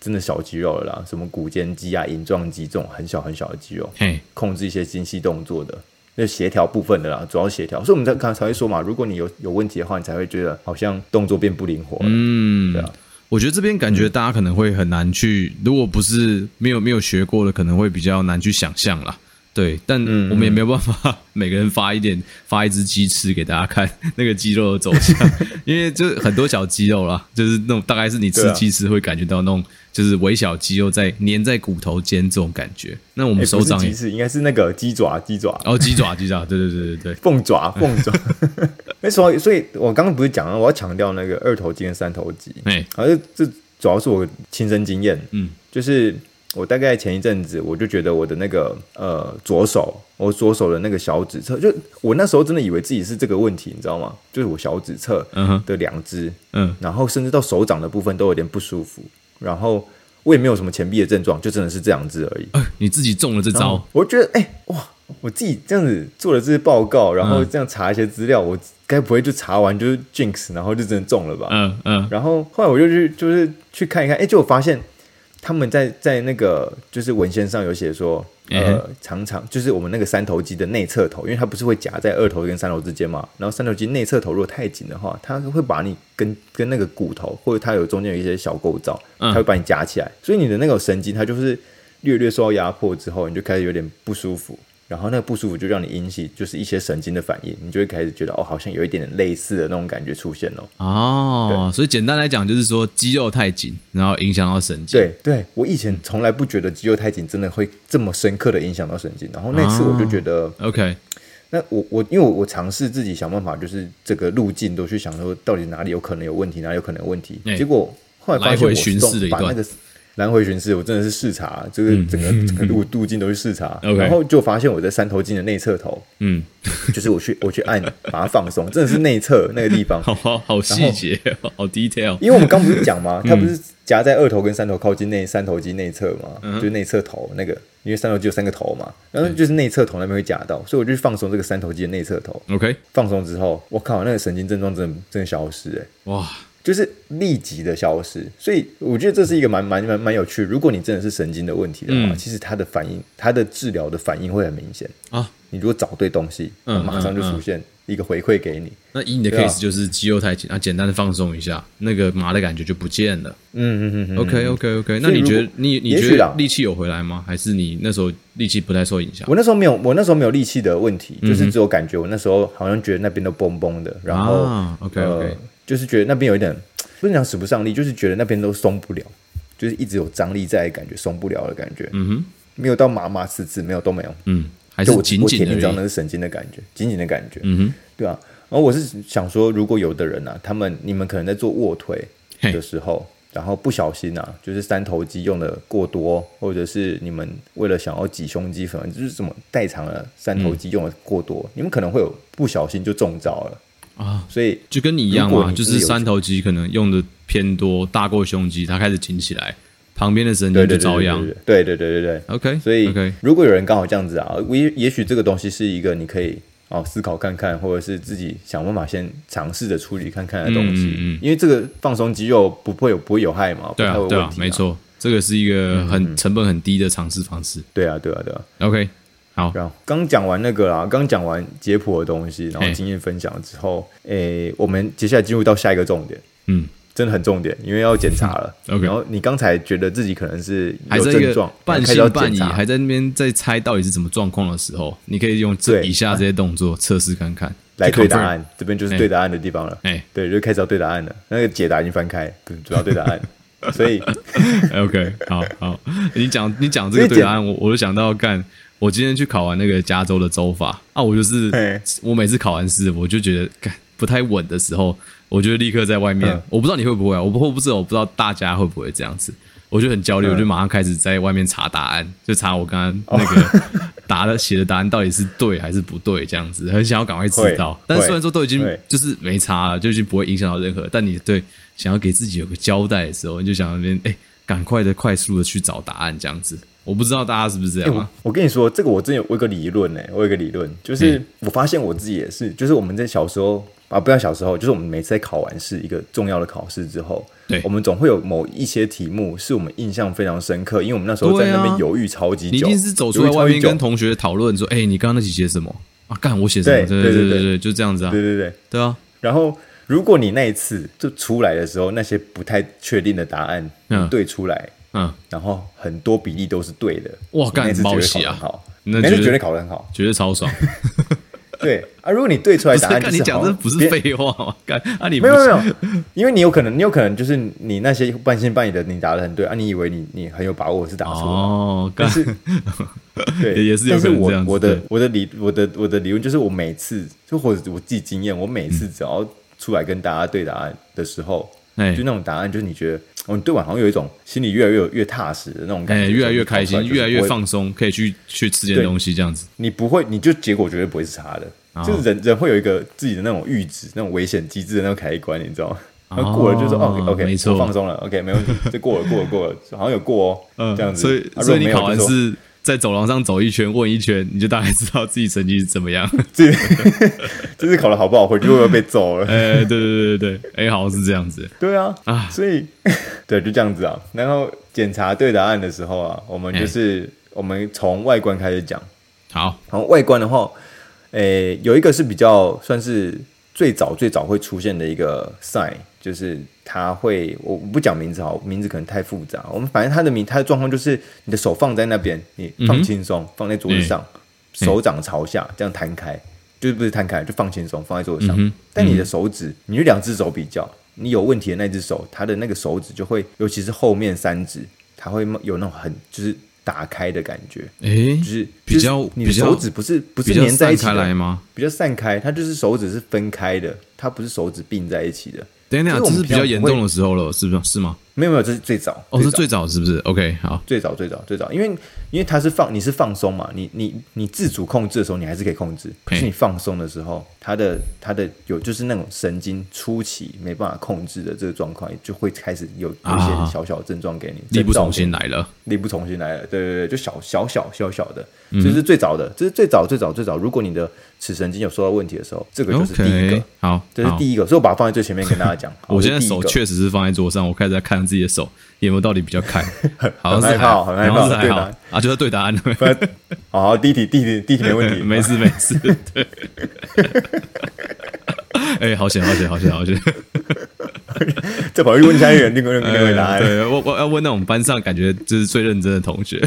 A: 真的小肌肉了啦，什么股间肌啊、银状肌这种很小很小的肌肉，
B: 嘿，
A: 控制一些精细动作的，那协调部分的啦，主要协调。所以我们在刚才会说嘛，如果你有有问题的话，你才会觉得好像动作变不灵活了。
B: 嗯，
A: 对啊
B: 我觉得这边感
A: 嗯
B: 觉大家可能会很难去，如果不是没有没有学过的，可能会比较难去想象啦。对，但
A: 嗯
B: 我们也没有办法， 每个人发一点发一只鸡翅给大家看 那个肌肉的走向， 因为就很多小肌肉啦，就是那种大概是你
A: 对
B: 吃
A: 啊
B: 鸡翅会感觉到那种就是微小肌肉在粘在骨头间这种感觉。那我
A: 诶
B: 们手
A: 哎不是
B: 掌也
A: 鸡翅，应该是那个鸡爪，鸡爪。
B: 哦，鸡爪，鸡爪，对对对对对，
A: 凤 爪，凤爪。那所以，所以我刚刚不是讲了，我要强调那个二头肌跟三头肌。
B: 哎
A: 而这这主要是我亲身经验，
B: 嗯，
A: 就是我大概前一阵子，我就觉得我的那个呃左手，我左手的那个小指侧，就我那时候真的以为自己是这个问题，你知道吗？就是我小指侧
B: 嗯哼
A: 的两只，
B: 嗯
A: 然后甚至到手掌的部分都有点不舒服，然后我也没有什么前臂的症状，就真的是这两只而已。
B: 哎，你自己中了这
A: 然后
B: 招，
A: 我就觉得哎、哇，我自己这样子做了这些报告，然后
B: 嗯
A: 这样查一些资料，我该不会就查完就是 jinx，然后就真的中了吧？
B: 嗯嗯，
A: 然后后来我就去就是去看一看，哎、就我发现他们在在那个就是文献上有写说，
B: 嗯
A: 呃，常常就是我们那个三头肌的内侧头，因为它不是会夹在二头跟三头之间嘛，然后三头肌内侧头如果太紧的话，它会把你跟跟那个骨头或者它有中间有一些小构造，
B: 嗯
A: 它会把你夹起来，所以你的那个神经它就是略略受到压迫之后，你就开始有点不舒服。然后那个不舒服就让你引起就是一些神经的反应，你就会开始觉得哦，好像有一点点类似的那种感觉出现了。
B: 哦，所以简单来讲就是说肌肉太紧，然后影响到神经。
A: 对对，我以前从来不觉得肌肉太紧真的会这么深刻的影响到神经，然后那次我就觉得，
B: 嗯 OK，
A: 那我我因为我我尝试自己想办法，就是这个路径都去想说到底哪里有可能有问题，哪里有可能有问题，
B: 哎
A: 结果后来发
B: 来
A: 现
B: 回
A: 我
B: 巡视了一
A: 把
B: 段
A: 那个来回巡视，我真的是视察，就是整个、整个 路路径都是视察，
B: 嗯 OK
A: 然后就发现我在三头筋的内侧头，
B: 嗯，
A: 就是我去我去按把它放松，真的是内侧那个地方，
B: 好好好细节 哦，好 detail。
A: 因为我们刚不是讲吗？
B: 嗯
A: 它不是夹在二头跟三头靠近内三头肌内侧嘛，
B: 嗯
A: 就是内侧头那个，因为三头肌有三个头嘛，然后就是内侧头那边会夹到，所以我就去放松这个三头肌的内侧头。
B: OK，
A: 放松之后，我靠，那个神经症状真的真的消失、欸，
B: 哇，
A: 就是立即的消失。所以我觉得这是一个蛮蛮蛮蛮有趣。如果你真的是神经的问题的话，
B: 嗯
A: 其实它的反应，它的治疗的反应会很明显。
B: 啊，
A: 你如果找对东西，
B: 嗯
A: 马上就
B: 嗯嗯
A: 出现一个回馈给你。
B: 那以你的
A: 对啊
B: case 就是肌肉太紧，啊，简单的放松一下，那个麻的感觉就不见了。
A: 嗯嗯嗯嗯。
B: OK OK OK，那
A: 所以
B: 你觉
A: 如
B: 得
A: 果
B: 你你
A: 也
B: 觉
A: 许啦
B: 得力气有回来吗？还是你那时候力气不太受影响？
A: 我那时候没有，我那时候没有力气的问题，
B: 嗯
A: 就是只有感觉，我那时候好像觉得那边都崩崩的，然后、
B: 啊，OK，
A: 呃
B: OK，
A: 就是觉得那边有一点，不能讲使不上力，就是觉得那边都松不了，就是一直有张力在，感觉松不了的感觉，
B: 嗯哼，
A: 没有到麻麻刺刺，没有都没有，
B: 嗯，还
A: 就是我
B: 紧
A: 我
B: 紧
A: 铁定知
B: 的
A: 道
B: 而
A: 那
B: 已。
A: 是神经的感觉，紧紧的感觉，
B: 嗯哼，
A: 对啊。然后我是想说，如果有的人啊，他们你们可能在做卧推
B: 嘿
A: 的时候，然后不小心啊，就是三头肌用的过多，或者是你们为了想要挤胸肌，可能就是什么代偿了三头肌用的过多，你们可能会有不小心就中招了。
B: 啊，
A: 所以
B: 就跟你一样
A: 如果
B: 嘛，
A: 你
B: 就是是
A: 有
B: 三头肌可能用的偏多，大过胸肌，它开始紧起来，旁边的神
A: 对
B: 经就
A: 对对
B: 遭殃。
A: 对对对对对。
B: OK，
A: 所以
B: OK，
A: 如果有人刚好这样子啊，我也也许这个东西是一个你可以哦思考看看，或者是自己想办法先尝试着处理看看的东西，
B: 嗯嗯嗯
A: 因为这个放松肌肉不会有不会有害嘛，
B: 对
A: 不太
B: 啊
A: 会有，
B: 对
A: 问
B: 啊
A: 题、，嗯
B: 没。错，这个是一个很成本很低的尝试方式。
A: 对啊，对啊，对啊。
B: OK，好，
A: 然后刚讲完那个啦，刚讲完解剖的东西，然后经验分享之后，诶、我们接下来进入到下一个重点，
B: 嗯，
A: 真的很重点，因为要检查了。
B: OK
A: 然后你刚才觉得自己可能是
B: 还
A: 有
B: 在一
A: 症
B: 个
A: 状，
B: 半
A: 然后
B: 信
A: 开始要
B: 半
A: 检
B: 疑，
A: 查
B: 还在那边在猜到底是什么状况的时候，你可以用这
A: 对
B: 以下这些动作测试看看，
A: 来
B: 去
A: 对答
B: confirm
A: 案，这边就是对答案的地方了。
B: 哎
A: 对，就开始要对答案了。那个解答已经翻开，主要对答案。所 以
B: ，OK，好好，你讲你讲这
A: 因
B: 个
A: 为
B: 对
A: 简
B: 答案，我我就想到干，我今天去考完那个加州的州法啊，我就是
A: 嘿
B: 我每次考完试，我就觉得干不太稳的时候，我就立刻在外面
A: 嗯，
B: 我不知道你会不会啊，我不我不知道，我不知道大家会不会这样子，我就很焦
A: 嗯
B: 虑，我就马上开始在外面查答案，就查我刚刚那
A: 哦
B: 个答的写的答案到底是对还是不对，这样子，很想要赶快知道
A: 会，
B: 但是虽然说都已经
A: 会
B: 就是没差啊了，就已经不会影响到任何。但你对想要给自己有个交代的时候，你就想要那边哎，赶快的、快速的去找答案这样子。我不知道大家是不是这样
A: 哎我
B: 啊？
A: 我跟你说，这个我真有我有个理论呢、我有个理论，就是
B: 嗯
A: 我发现我自己也是，就是我们在小时候啊，不要小时候，就是我们每次在考完试一个重要的考试之后，
B: 对
A: 我们总会有某一些题目是我们印象非常深刻，因为我们那时候
B: 对
A: 在
B: 啊
A: 那边犹豫超级
B: 你一
A: 久，
B: 定是走出来
A: 犹豫超级
B: 外面
A: 久
B: 跟同学讨论说，哎，你刚刚那题写什么啊？干，我写什么？
A: 对
B: 对
A: 对
B: 对
A: 对
B: 对，就这样子啊
A: 对，对对，
B: 对啊，
A: 然后，如果你那一次就出来的时候，那些不太确定的答案
B: 嗯
A: 你对出来，
B: 嗯，
A: 然后很多比例都是对的，
B: 哇
A: 你
B: 干
A: 那次
B: 冒
A: 绝
B: 喜
A: 对考得
B: 啊
A: 很好，
B: 那
A: 那
B: 觉
A: 次
B: 得
A: 绝对考得很好。
B: 觉得 超爽。
A: 对啊，如果你对出来
B: 不是，
A: 答案
B: 看
A: 就
B: 你讲
A: 好
B: 这
A: 像
B: 不是
A: 别
B: 废话吗？干啊，你
A: 没有
B: 不
A: 没
B: 是
A: 有，没有因为你有可能，你有可能就是你那些半信半疑的，你答的很对啊，你以为你你很有把握是答错了，
B: 哦，干
A: 是对，
B: 也是有
A: 但
B: 可
A: 是
B: 能
A: 我
B: 这样子。
A: 我的
B: 对
A: 我的理我的我的理论就是，我每次就或者我自己经验，我每次只要出来跟大家对答案的时候，
B: 哎
A: 就那种答案，就是你觉得哦，你对完好像有一种心里越来越有越踏实的那种感觉，
B: 哎，越来越开
A: 就
B: 心，
A: 是
B: 越来越
A: 不会，
B: 放松，可以去去吃点
A: 对
B: 东西这样子。
A: 你不会，你就结果绝对不会是差的。
B: 哦
A: 就是人人会有一个自己的那种阈值、那种危险机制的那种开关，你知道吗？然后过了就说
B: 哦
A: 哦，OK，
B: 没错
A: 我放松了，OK，没问题，这过了，过了，过了，好像有过哦，这样子。
B: 嗯所以
A: 啊
B: 所以你
A: 如果
B: 考
A: 没有
B: 完
A: 就说
B: 试，在走廊上走一圈，问一圈，你就大概知道自己成绩是怎么 样。
A: 这这次考的好不好，回去会不会被揍了？
B: 哎，对对对对对，哎，好像是这样子。
A: 对啊，
B: 啊
A: 所以 对，就这样子啊。然后检查对答案的时候啊，我们
B: 哎
A: 就是、我们从外观开始讲。
B: 好，
A: 然后外观的话，诶、有一个是比较算是最早最早会出现的一个 sign，就是它会，我我不讲名字好，名字可能太复杂。我们反正它的名，它的状况就是你的手放在那边，你
B: 嗯
A: 放
B: 哼
A: 轻松，放在桌子
B: 嗯
A: 上，手掌朝下这样摊开，就是不是摊开，就放轻松，放在桌子上。
B: 嗯哼
A: 但你的手指，你就两只手比较，你有问题的那只手，它的那个手指就会，尤其是后面三指，它会有那种很就是打开的感觉。
B: 哎
A: 就是，
B: 比较
A: 就是你的
B: 比较
A: 手指不是不
B: 比
A: 是
B: 较
A: 粘在一
B: 散
A: 起
B: 开
A: 的
B: 来吗？
A: 比较散开，它就是手指是分开的，它不是手指并在一起的。
B: 等一下，
A: 就是
B: 这
A: 我们
B: 是比较严
A: 平
B: 重
A: 常
B: 的时候了，是不是？是吗？
A: 没有没有，这是最早
B: 哦，是
A: 最
B: 最早是不是？OK，好，
A: 最早最早最早，因为因为它是放你是放松嘛，你你你自主控制的时候你还是可以控制，可
B: 嘿
A: 是你放松的时候，它的它的有就是那种神经初期没办法控制的这个状况，就会开始有有一些
B: 啊
A: 小小的症状给你，
B: 力
A: 征
B: 不
A: 兆
B: 从
A: 给你
B: 心来了。
A: 力不从心来了，对对对，就小小小小小的，
B: 嗯
A: 这是最早的，这是最早最早最早。如果你的尺神经有受到问题的时候，这个就是第一个
B: OK，，好，
A: 这是
B: 好
A: 第一个，所以我把它放在最前面跟大家讲。好
B: 我现
A: 这
B: 在
A: 是第一
B: 手
A: 个
B: 确实是放在桌上，我开始在看自己的手有没有到底比较 开，好像是
A: 很害
B: 还好，
A: 怕很害怕
B: 好像是还
A: 对答
B: 好
A: 案
B: 啊，就是对答 案了。
A: 好好，第一题，第一题，第一题没问题，
B: 没事没事，对。 哎、好险好险好险 好险！
A: 再跑去问下一个人，另外另外一个答
B: 哎
A: 案。
B: 对我我要问那种班上感觉就是最认真的同 学，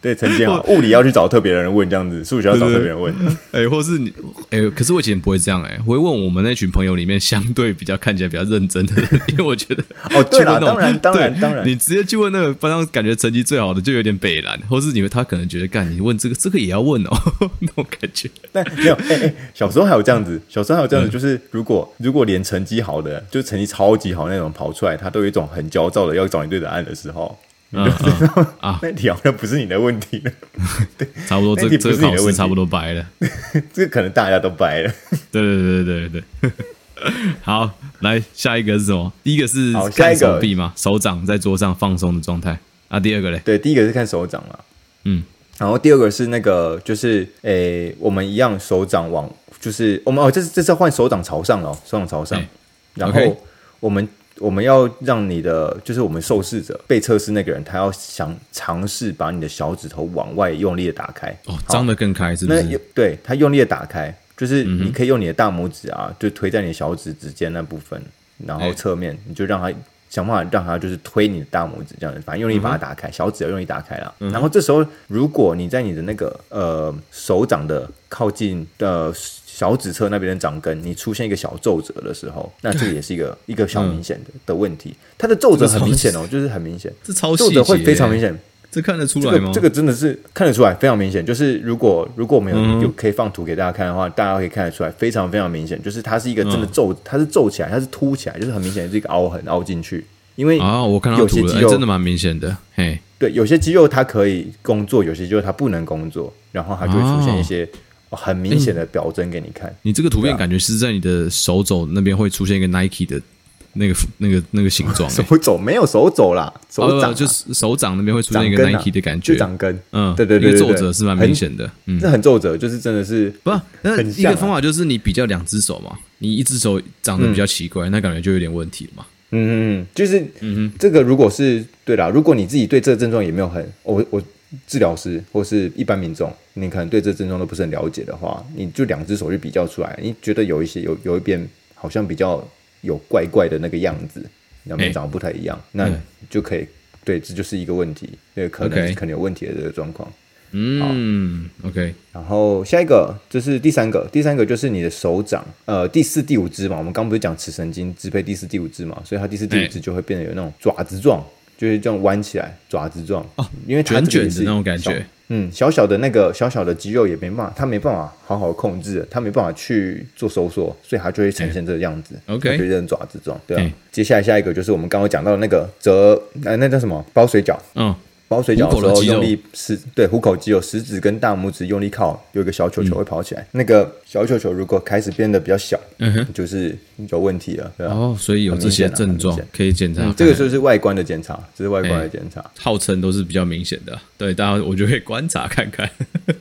A: 对，陈建 啊，物理要去找特别的人问，这样子，数学要找特别人问。
B: 哎、或是你哎、可是我以前不会这样哎、我会问我们那群朋友里面相对比较看起来比较认真的人， 因为我觉得
A: 哦对啦
B: 去问那种
A: 当然当然
B: 对
A: 当然
B: 你直接去问那个班上感觉成绩最好的就有点北蓝，或是你们他可能觉得干你问这个这个也要问哦 那种 感觉，
A: 但没 有，哎、哎，小时候还有这样子，小时候还有这
B: 嗯
A: 样子，就是如果如果连成绩好的，就成绩超级好那种跑出来，他都有一种很焦躁的要找你对答案的时候，
B: 嗯嗯啊，
A: 那题好像不是你的问题了，
B: 差不多
A: 那
B: 这
A: 题
B: 这
A: 不是
B: 个
A: 你的
B: 考试
A: 问题
B: 差不多白了。
A: 这个可能大家都掰了。
B: 对对对对对 对。好，来下一个是什么？第一个是
A: 好下
B: 看
A: 一个
B: 手臂嘛，手掌在桌上放松的状态。啊，第二个嘞，
A: 对，第一个是看手掌嘛，
B: 嗯，
A: 然后第二个是那个就是诶、我们一样手掌往就是我们哦，这是这是要换手掌朝上了哦，手掌朝上，
B: 哎
A: 然后
B: OK
A: 我们我们要让你的，就是我们受试者被测试那个人，他要想尝试把你的小指头往外用力的打开，
B: 哦，张得更开是不
A: 那
B: 是？
A: 对他用力的打开，就是
B: 嗯
A: 你可以用你的大拇指啊，就推在你小指指尖那部分，然后
B: 哎
A: 侧面，你就让他想办法让他就是推你的大拇指这样子，反正用力把它打
B: 嗯
A: 开，小指要用力打开啦。然后这时候，如果你在你的那个呃手掌的靠近呃小指侧那边的掌根，你出现一个小皱褶的时候，那这个也是一个一个小明显的的问题。它的皱褶很明显哦，就是很明显，
B: 这超细
A: 皱
B: 节
A: 褶，会非常明，显。
B: 这看得出
A: 这
B: 来吗
A: 个？这个真的是看得出来，非常明显。就是如果如果我们
B: 嗯
A: 有、有可以放图给大家看的话，大家可以看得出来，非常非常明显。就是它是一个
B: 嗯
A: 真的皱，它是皱起来，它是凸起来，就是很明显是一个凹痕凹进去。因为
B: 啊，我看到
A: 有些
B: 图了，
A: 肌
B: 哎
A: 肉
B: 真的蛮明显的，嘿，
A: 对有些肌肉它可以工作，有些肌肉它不能工作，然后它就会出
B: 哦
A: 现一些很明显的表征给你看。
B: 你这个图
A: 对
B: 片
A: 啊
B: 感觉是在你的手肘那边会出现一个 Nike 的那个那个那个形状，哎
A: 手肘没有手肘啦，手掌、啊
B: 哦就是手掌那边会出现一个
A: 掌根啊
B: Nike 的感
A: 就
B: 觉，
A: 掌根，
B: 嗯，
A: 对对
B: 那
A: 对
B: 个
A: 对
B: 皱
A: 对，
B: 褶是蛮
A: 很
B: 明，显的，嗯，
A: 这很皱褶，就是真的是
B: 不，那
A: 很
B: 一
A: 像啊
B: 个方法就是你比较两只手嘛，你一只手长得比较奇
A: 嗯
B: 怪，那感觉就有点问题了嘛。
A: 嗯嗯，嗯，就是，嗯这个如果是对啦，如果你自己对这个症状也没有很，我我治疗师或是一般民众，你可能对这症状都不是很了解的话，你就两只手去比较出来，你觉得有一些有有一边好像比较有怪怪的那个样子，两边
B: 哎
A: 长得不太一样，那
B: 嗯
A: 就可以，对，这就是一个问题，对，可能
B: OK
A: 是可能有问题的这个状况。
B: 嗯，OK，
A: 然后下一个就是第三个，第三个就是你的手掌，呃，第四、第五只嘛，我们刚不是讲尺神经支配第四、第五只嘛，所以它第四、第五只就会变得有那种爪子状，就是这样弯起来，爪子状，
B: 哦
A: 因为它
B: 卷
A: 这个也
B: 卷的
A: 是
B: 那种感
A: 小
B: 觉，
A: 嗯，小小的那个小小的肌肉也没办法，它没办法好好控制，它没办法去做收缩，所以它就会呈现这个样子、
B: 嗯，OK
A: 它就是这种爪子状，对、啊
B: 嗯
A: 接下来下一个就是我们刚刚讲到的那个折，呃，那叫什么包水饺，
B: 嗯，
A: 包水饺的时
B: 虎口的
A: 候
B: 肌肉
A: 用力食对虎口肌肉，食指跟大拇指用力靠，有一个小球球会跑起来。那个小球球如果开始变得比较小，
B: 嗯哼
A: 就是有问题了，对吧、
B: 哦，所以有这些症
A: 很明显啊
B: 状
A: 很明显
B: 可以检查看看，
A: 这个就是外观的检查，这是外观的
B: 哎
A: 检查。
B: 号称都是比较明显的，啊对，大家我就可以观察看看，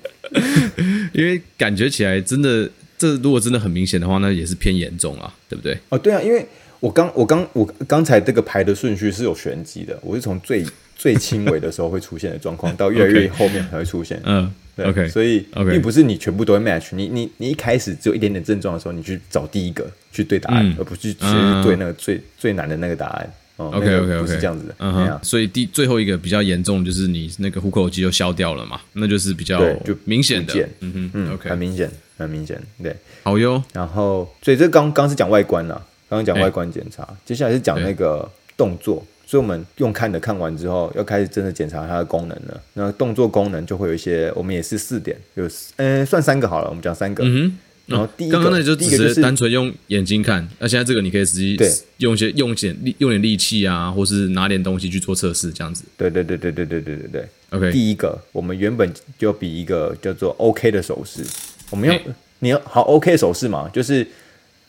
B: 因为感觉起来真的，这如果真的很明显的话，那也是偏严重啊，对不对？
A: 哦，对啊，因为我刚我刚我刚才这个排的顺序是有玄机的，我是从最最轻微的时候会出现的状 况，到越来越
B: OK
A: 后面才会出现。
B: 嗯
A: 对啊
B: ，OK，
A: 所以
B: OK
A: 并不是你全部都会 match，你你你一开始只有一点点症状的时候，你去找第一个去对答案，
B: 嗯
A: 而不是直接
B: 嗯
A: 去对那个最、最难的那个答案。哦、
B: OK
A: 那个
B: OK OK，
A: 不是这样子的。
B: 嗯
A: 对
B: 哼
A: 啊，
B: 所以第最后一个比较严重的就是你那个虎口肌就消掉了嘛，那就是比较
A: 对，就
B: 哦明显
A: 不
B: 的
A: 见，
B: 嗯哼
A: 嗯
B: ，OK，
A: 很明显，很明显，对。
B: 好哟，
A: 然后，所以这刚刚是讲外观啦，刚刚讲外观检查，
B: 哎
A: 接下来是讲那个动作。所以我们用看的看完之后，要开始真的检查它的功能了。那动作功能就会有一些，我们也是四点，有四呃算三个好了，我们讲三个。
B: 嗯
A: 然后第
B: 哼，
A: 一个，
B: 刚刚那就
A: 第
B: 只
A: 一个就是
B: 单纯用眼睛看，那现在这个你可以直接
A: 对
B: 用一些用一些力用点力气啊，或是拿点东西去做测试这样子
A: 对对对对对对对对对。
B: ，OK，
A: 第一个，我们原本就比一个叫做 OK 的手势，我们用
B: 哎
A: 你要好 OK 手势嘛，就是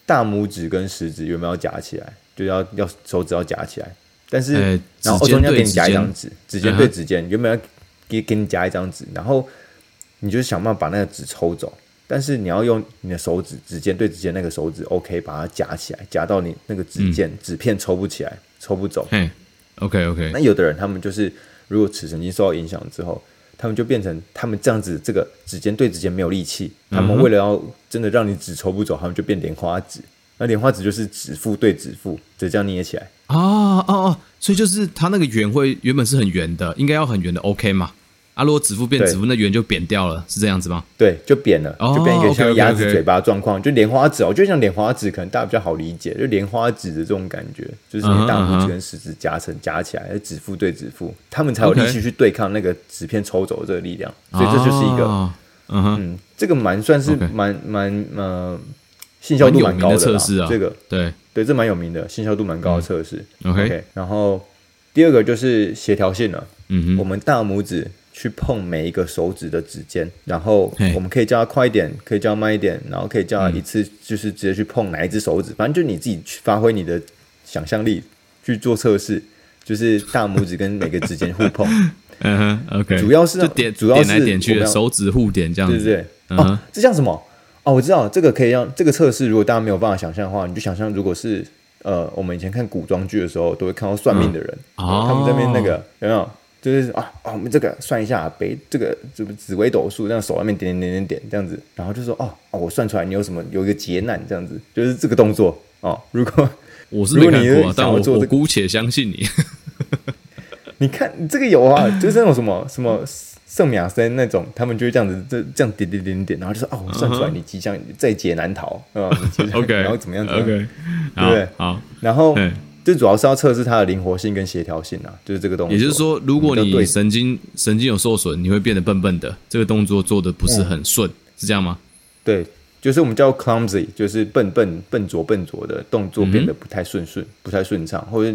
A: 大拇指跟食指原本要夹起来，就要要手指要夹起来，但是、
B: 哎
A: 然后
B: 指
A: 欧中间
B: 尖
A: 要
B: 对
A: 给你夹
B: 指
A: 一
B: 尖
A: 张纸，指尖
B: 嗯哼
A: 对指尖，原本要给给你夹一张纸，然后你就想办法把那个纸抽走，但是你要用你的手指指尖对指尖那个手指 OK 把它夹起来，夹到你那个
B: 嗯
A: 指尖、纸片抽不起来，抽不走，
B: 嘿，OK OK，
A: 那有的人他们就是如果尺神经受到影响之后，他们就变成他们这样子，这个指尖对指尖没有力气，他
B: 嗯
A: 们为了要真的让你纸抽不走，他们就变莲花指。那莲花指就是指腹对指腹，就这样捏起来。
B: 啊哦哦，所以就是它那个圆会原本是很圆的，应该要很圆的 OK 嘛，啊，如果指腹变
A: 对
B: 指腹，那圆就扁掉了，是这样子吗？
A: 对，就扁了，
B: 哦
A: 就变一个像
B: OK，OK，OK
A: 鸭子嘴巴的状况就莲花指哦，就像莲花指，可能大家比较好理解，就莲花指的这种感觉，就是
B: 嗯
A: 你
B: 哼
A: 大拇
B: 嗯
A: 指
B: 哼
A: 跟食指夹成夹起来，指腹对指腹，他们才有力
B: OK
A: 气去对抗那个纸片抽走的这个力量，所以这就是一个
B: 啊嗯哼，
A: 嗯，这个蛮算是
B: OK
A: 蛮蛮呃，信效度蛮高
B: 蛮有名的
A: 的啦
B: 测试啊
A: 这个
B: 对
A: 对，这蛮有名的，信效度蛮高的测试。
B: ，OK，
A: 然后第二个就是协调性了。
B: 嗯
A: 我
B: 哼，
A: 们大拇指去碰每一个手指的指尖，然后
B: 嘿嗯
A: 我们可以叫它快一点，可以叫它慢一点，然后可以叫它一次就是直接去碰哪一只手指，反正就你自己去发挥你的想象力去做测试，就是大拇指跟每个指尖互碰。
B: 嗯哼，OK，
A: 主要是啊
B: 就点
A: 主要是
B: 点来点去
A: 我
B: 的，
A: 们要
B: 手指互点这样
A: 对
B: 子，
A: 不对？
B: 嗯哼
A: 哦，这像什么？哦，我知道这个可以让这个测试，如果大家没有办法想象的话，你就想象如果是呃，我们以前看古装剧的时候，都会看到算命的人，
B: 哦
A: 他们这边那个有没有？就是啊啊，我们这个算一下北这个这个紫微斗数，这样手外面点点点点点这样子，然后就说哦哦，我算出来你有什么有一个劫难这样子，就是这个动作哦。如果
B: 我是没看
A: 如果
B: 过、
A: 你
B: 啊
A: 是，
B: 但
A: 想
B: 我
A: 要做
B: 我
A: 这个
B: 姑且相信你。
A: 你看你这个有 啊，就是那种什么什么圣雅森那种，他们就会这样子，这这样点点点点，然后就说
B: 嗯
A: 哦，我算出来你即将在劫难逃啊、嗯你即 将
B: OK，
A: 然后怎么样怎么样
B: OK，
A: 对不对
B: 好，好
A: 然后
B: 对
A: 最主要是要测试它的灵活性跟协调性啊，就是这个动作。
B: 也就是说，如果
A: 你就对
B: 你神经神经有受损，你会变得笨笨的，这个动作做的不是很顺，是这样吗？
A: 对，就是我们叫 clumsy，就是笨笨笨拙笨拙的动作变得不太顺
B: 嗯
A: 顺、不太顺畅，或者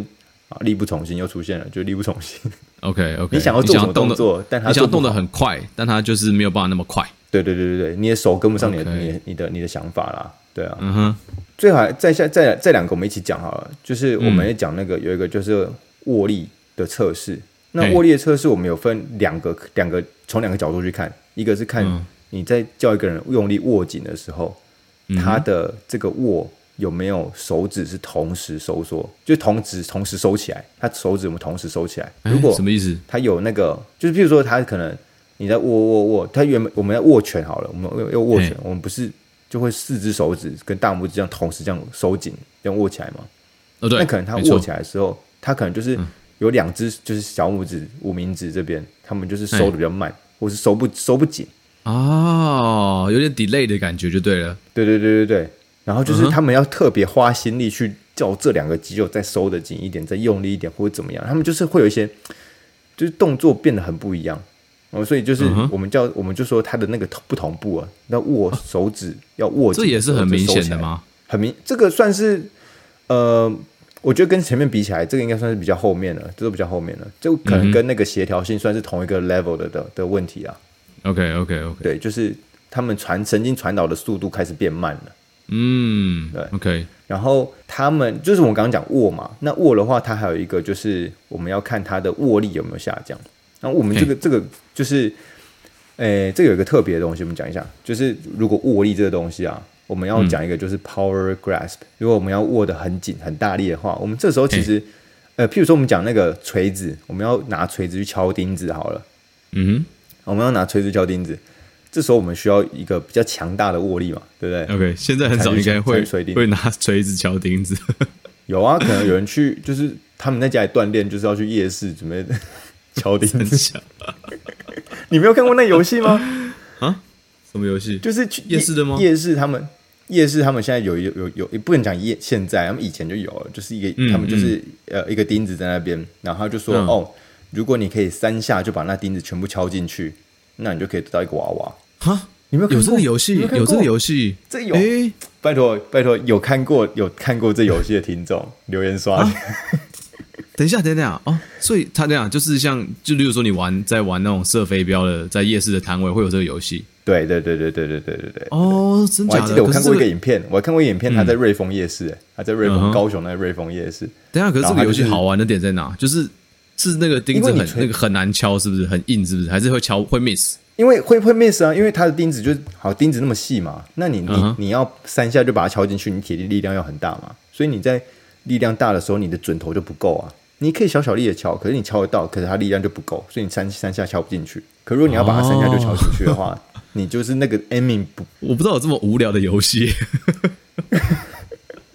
A: 啊力不从心又出现了，就力不从心。
B: OK OK，
A: 你想要做什么
B: 动
A: 动作
B: 得
A: 但他
B: 你想要
A: 做不
B: 动得
A: 好
B: 很快，但他就是没有办法那么快。
A: 对对对对对，你的手跟不上你的
B: OK
A: 你的你的你的想法啦，对啊。
B: 嗯哼，
A: 最好再下再再两个我们一起讲好了，就是我们也讲那个、有一个就是握力的测试。那
B: 嘿
A: 握力的测试我们有分两个两个从两个角度去看，一个是看
B: 嗯
A: 你在叫一个人用力握紧的时候，
B: 嗯
A: 他的这个握有没有手指是同时收缩，就同时同时收起来，他手指有没有同时收起来？
B: 哎
A: 如果
B: 什么意思？
A: 他有那个，就是譬如说他可能你在握握握，他原本我们在握拳好了，我们要要握拳
B: 嘿，
A: 我们不是就会四只手指跟大拇指这样同时这样收紧，这样握起来吗？
B: 哦，对，
A: 那可能他
B: 没错嗯
A: 握起来的时候，他可能就是有两只就是小拇指、无名指这边，他们
B: 哎
A: 就是收的比较慢，或是收不收不紧。
B: 哦，有点 delay 的感觉就对了。
A: 对对对对对，然后
B: 嗯
A: 就是他们要特别花心力去叫这两个肌肉再收的紧一点，再用力一点，或者怎么样，他们就是会有一些就是动作变得很不一样。哦，所以就是
B: 嗯哼
A: 我们叫、我们就说它的那个同不同步啊，那握手指要握紧，
B: 这也是很明
A: 手指收
B: 显
A: 起
B: 的
A: 来？
B: 吗？
A: 很明，这个算是呃，我觉得跟前面比起来，这个应该算是比较后面了，这都比较后面了，就可
B: 嗯
A: 能跟那个协调性算是同一个 level 的的的问题啊。
B: OK OK OK，
A: 对，就是他们传神经传导的速度开始变慢了。
B: 嗯
A: 对
B: ，OK，
A: 然后他们就是我们刚刚讲握嘛，那握的话，它还有一个就是我们要看它的握力有没有下降。那我们这个这个就是，诶、这个有一个特别的东西，我们讲一下，就是如果握力这个东西啊，我们要讲一个就是 power grasp，、如果我们要握得很紧很大力的话，我们这时候其实，呃，譬如说我们讲那个锤子，我们要拿锤子去敲钉子好了，
B: 嗯
A: 我们要拿锤子敲钉子，这时候我们需要一个比较强大的握力嘛，对不对？
B: 哼，OK，现在很少
A: 才去
B: 应该会
A: 才去锤钉
B: 会拿锤子敲钉子。
A: 有啊，可能有人去，就是他们在家里锻炼，就是要去夜市准备 敲钉
B: 很
A: 子。
B: 像
A: 你没有看过那游戏吗？
B: 什么游戏？
A: 就是去
B: 夜市的吗
A: 夜市他们。夜市他们现在有有有有，也不能讲夜现在，他们以前就有了，就是一个、
B: 嗯
A: 他们就是呃一个钉子在那边，然后他就说、
B: 嗯
A: 哦，如果你可以三下就把那钉子全部敲进去，那你就可以得到一个娃娃。
B: 哈，
A: 你没有看
B: 有
A: 过
B: 这个游戏，
A: 你没看
B: 有这个
A: 过
B: 游戏，
A: 这有
B: 诶
A: 拜托拜托，有看过有看过这游戏的听众留言刷、
B: 啊等一下，等一下哦，所以他这样就是像，就例如说你玩在玩那种射飞镖的，在夜市的摊位会有这个游戏
A: 对对对对对对对对对。
B: 哦，真
A: 我
B: 假
A: 还记
B: 的？
A: 得我
B: 可
A: 看
B: 是
A: 过一
B: 这
A: 个
B: 个，
A: 影片，我还看过一个影片，他在瑞丰夜市、欸，他在瑞丰、
B: 嗯哼
A: 高雄那个瑞丰夜市，
B: 等一下，可是这
A: 然后
B: 个
A: 它
B: 游
A: 就
B: 戏
A: 是
B: 好玩的点在哪？就是是那个钉子
A: 因为
B: 很
A: 你锤
B: 那个很难敲，是不是很硬？是不是还是会敲会 miss？
A: 因为会会 miss 啊，因为他的钉子就是好钉子那么细嘛，那你
B: 嗯哼
A: 你你要三下就把它敲进去，你铁力力量要很大嘛，所以你在力量大的时候，你的准头就不够啊。你可以小小力的敲，可是你敲得到，可是它力量就不够，所以你三三下敲不进去。可如果你要把它三下就敲进去的
B: 哦
A: 话， 你就是那个 aiming 不
B: 我不知道有这么无聊的游戏，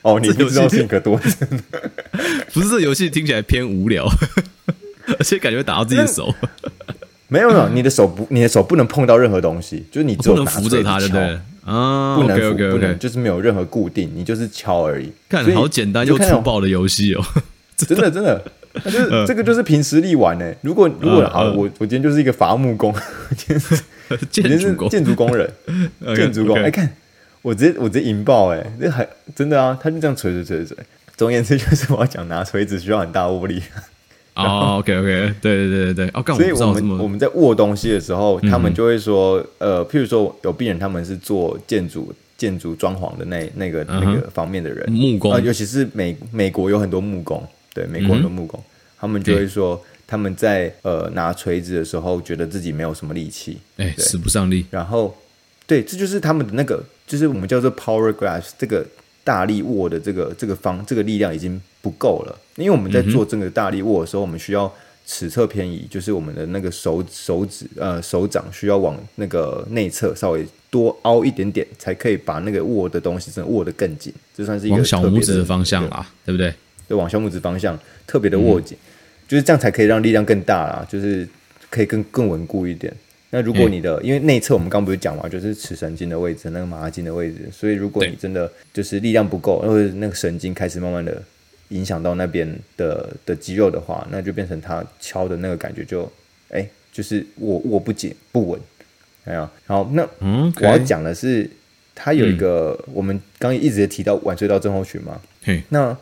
A: 哦，你
B: 这
A: 不
B: 游戏
A: 知道性格多
B: 不是这个游戏听起来偏无聊， 而且感觉会打到自己的手，
A: 没有没有，你的手不你的手不能碰到任何东西，就是你只
B: 不
A: 有
B: 能
A: 拿
B: 扶
A: 锤
B: 着
A: 子
B: 它，对不
A: 敲
B: 对？啊
A: 不能
B: ，OK
A: 扶
B: OK
A: 不能
B: OK，
A: 就是没有任何固定，你就是敲而已。
B: 看
A: 所以
B: 好简单
A: 你就
B: 又
A: 看那
B: 粗
A: 种，
B: 暴的游戏哦，
A: 真的真的，那就是、这个就是凭实力玩呢、欸如果如果、
B: 嗯
A: 好，
B: 嗯
A: 我我今天就是一个伐木工， 我今天是我 今
B: 建
A: 天
B: 筑
A: 是
B: 工，
A: 建筑工人，
B: OK，
A: 建筑工，哎、
B: OK
A: 看我直接我直接引爆哎、这还真的啊，他就这样锤锤锤锤。总而言之，就是我要讲拿锤子需要很大握力，
B: 哦，OK OK，对对对对对，哦，
A: 所
B: 干我不
A: 以
B: 知
A: 我
B: 道这
A: 们
B: 么嗯
A: 我们在握东西的时候，他们就会说，呃，譬如说有病人他们是做建筑建筑装潢的那那个那
B: 嗯
A: 个方面的人，
B: 木工嗯
A: 呃，尤其是美美国有很多木工，对，美国很多木工，他们就会说他们在呃拿锤子的时候，觉得自己没有什么力气，
B: 哎
A: 对
B: 使不上力，
A: 然后对，这就是他们的那个，就是我们叫做 power grasp 这个大力握的这个这个方这个力量已经不够了，因为我
B: 嗯
A: 们在做这个大力握的时候，我们需要尺侧偏移，就是我们的那个手手指呃手掌需要往那个内侧稍微多凹一点点，才可以把那个握的东西真的握得更紧，这算是一个
B: 往小
A: 特别
B: 拇指的方向啦，对不对？
A: 对，往小拇指方向特
B: 嗯
A: 别的握紧，就是这样才可以让力量更大啦，就是可以更更稳固一点。那如
B: 嗯
A: 果你的，因为内侧我们刚不是讲嘛，就是尺神经的位置，那个马拉筋的位置，所以如果你
B: 对
A: 真的就是力量不够，或者那个神经开始慢慢的影响到那边的的肌肉的话，那就变成它敲的那个感觉就，哎、就是握握不紧不稳，哎呀，然后那
B: 嗯，OK 嗯
A: 我要讲的是，它有一个、我们刚一直提到晚睡到症候群嘛，
B: 嘿，
A: 那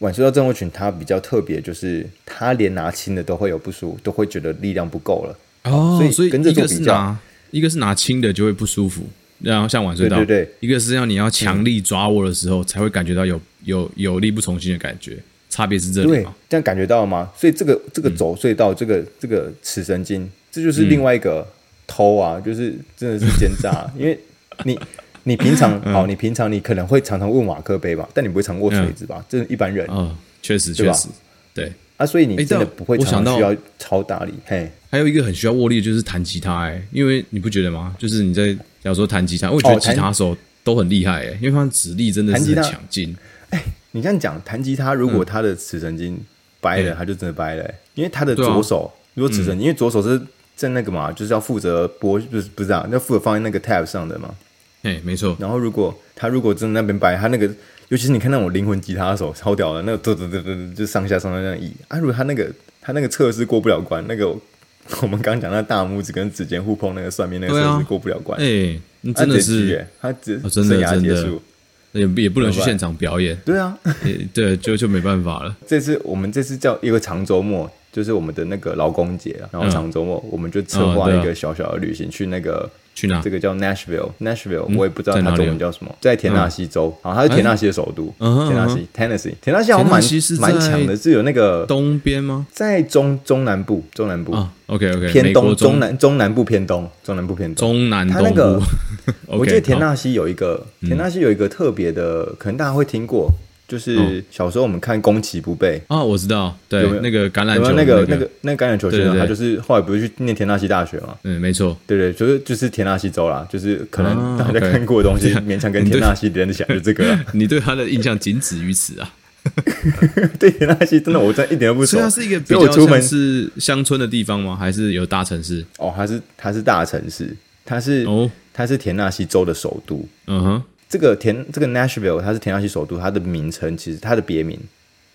A: 晚睡到症候群它比较特别，就是它连拿轻的都会有不舒服，都会觉得力量不够了。
B: 哦，
A: 所以
B: 所以
A: 跟这
B: 一
A: 做
B: 个
A: 比
B: 是
A: 较
B: 拿一个是拿轻的就会不舒服，然后像晚睡到，
A: 对对对
B: 一个是要你要强力抓握的时候才会感觉到有有有力不从心的感觉，差别是这里
A: 对
B: 嘛？，
A: 这样感觉到了吗？所以这个这个走隧道，这个这个尺神经，这就是另外一个偷
B: 嗯
A: 啊，就是真的是奸诈 啊，因为你你平常
B: 嗯
A: 好，你平常你可能会常常握马克杯吧，但你不会常握锤子吧？这是一般人
B: 嗯，确实
A: 对
B: 确
A: 吧
B: 实，对。
A: 啊，所以你
B: 哎
A: 真的
B: 但
A: 不会
B: 我
A: 常
B: 想
A: 常
B: 到
A: 需要超大力。嘿，
B: 还有一个很需要握力的就是弹吉他、欸，因为你不觉得吗？就是你在假如说弹吉他，我觉
A: 哦
B: 得
A: 弹
B: 吉他手都很厉害、欸，因为他们指力真的
A: 弹
B: 是
A: 吉他
B: 很强劲。
A: 你这样讲，弹吉他如果他的尺神经掰了，
B: 嗯
A: 他就真的掰了、欸因为他的
B: 对啊嗯
A: 左手、如果尺神，因为左手是在那个嘛，就是要负责拨，不是不是啊，要负责放在那个 tab 上的嘛。
B: 哎、没错，
A: 然后如果他如果真的那边掰，他那个，尤其是你看那种灵魂吉他手，超屌的，那个嘟嘟嘟嘟嘟就上下上下这样移。啊，如果他那个他那个测试过不了关，那个我们刚讲那大拇指跟指尖互碰那个算命那个
B: 对啊
A: 测试过不了关，
B: 哎、你
A: 他
B: 真的
A: 直接狙
B: 是
A: 欸他直
B: 哦真的
A: 生涯
B: 真
A: 结
B: 的
A: 束。
B: 也也不能去
A: 怎么办
B: 现场表演，
A: 对啊，
B: 也对，就就没办法了。
A: 这次我们这次叫一个长周末，就是我们的那个劳工节啊，
B: 嗯
A: 然后长周末我们就策划
B: 嗯对啊
A: 一个小小的旅行去那个。
B: 去哪
A: 这个叫 Nashville，Nashville 我也不知道
B: 嗯在
A: 它
B: 哪里啊
A: 中文叫什么，在田纳西州，啊，它是田纳西的首都，
B: 嗯哼
A: 田纳西 Tennessee，田纳西好像蛮
B: 田纳西是在
A: 蛮强的，是有那个
B: 东边吗？
A: 在中中南部，中南部
B: 啊，OK OK，
A: 偏东，
B: 中
A: 中南中南部偏东，中南部偏东，
B: 中南
A: 它
B: 东
A: 那个
B: 部。
A: 我
B: OK，
A: 记得田
B: 好嗯
A: 纳西有一个田纳西有一个特别的，可能大家会听过，
B: 嗯
A: 就是小时候我们看《攻其不备》，
B: 啊，我知道，对
A: 有没有，
B: 那个橄榄
A: 有没
B: 球
A: 有
B: 的
A: 那
B: 个
A: 个那个那个橄榄球学
B: 对
A: 生，
B: 对
A: 他
B: 对
A: 就是后来不是去念田纳西大学嘛？
B: 嗯，没 错，
A: 对对，就是就是田纳西州啦，就是可能
B: 啊
A: 大家
B: OK
A: 看过的东 西，勉强跟田纳西连得起来，就这个啦。
B: 你对他的印象仅止于此啊。
A: 对田纳西真的我真的一点都不熟
B: 所以它。是一个比
A: 所以我
B: 较
A: 出门
B: 像是乡村的地方吗？还是有大城市？
A: 哦，它是它是大城市，它是
B: 哦，
A: 它是田纳西州的首都。
B: 嗯哼，
A: 这个田这个 Nashville 它是田纳西首都，它的名称其实它的别名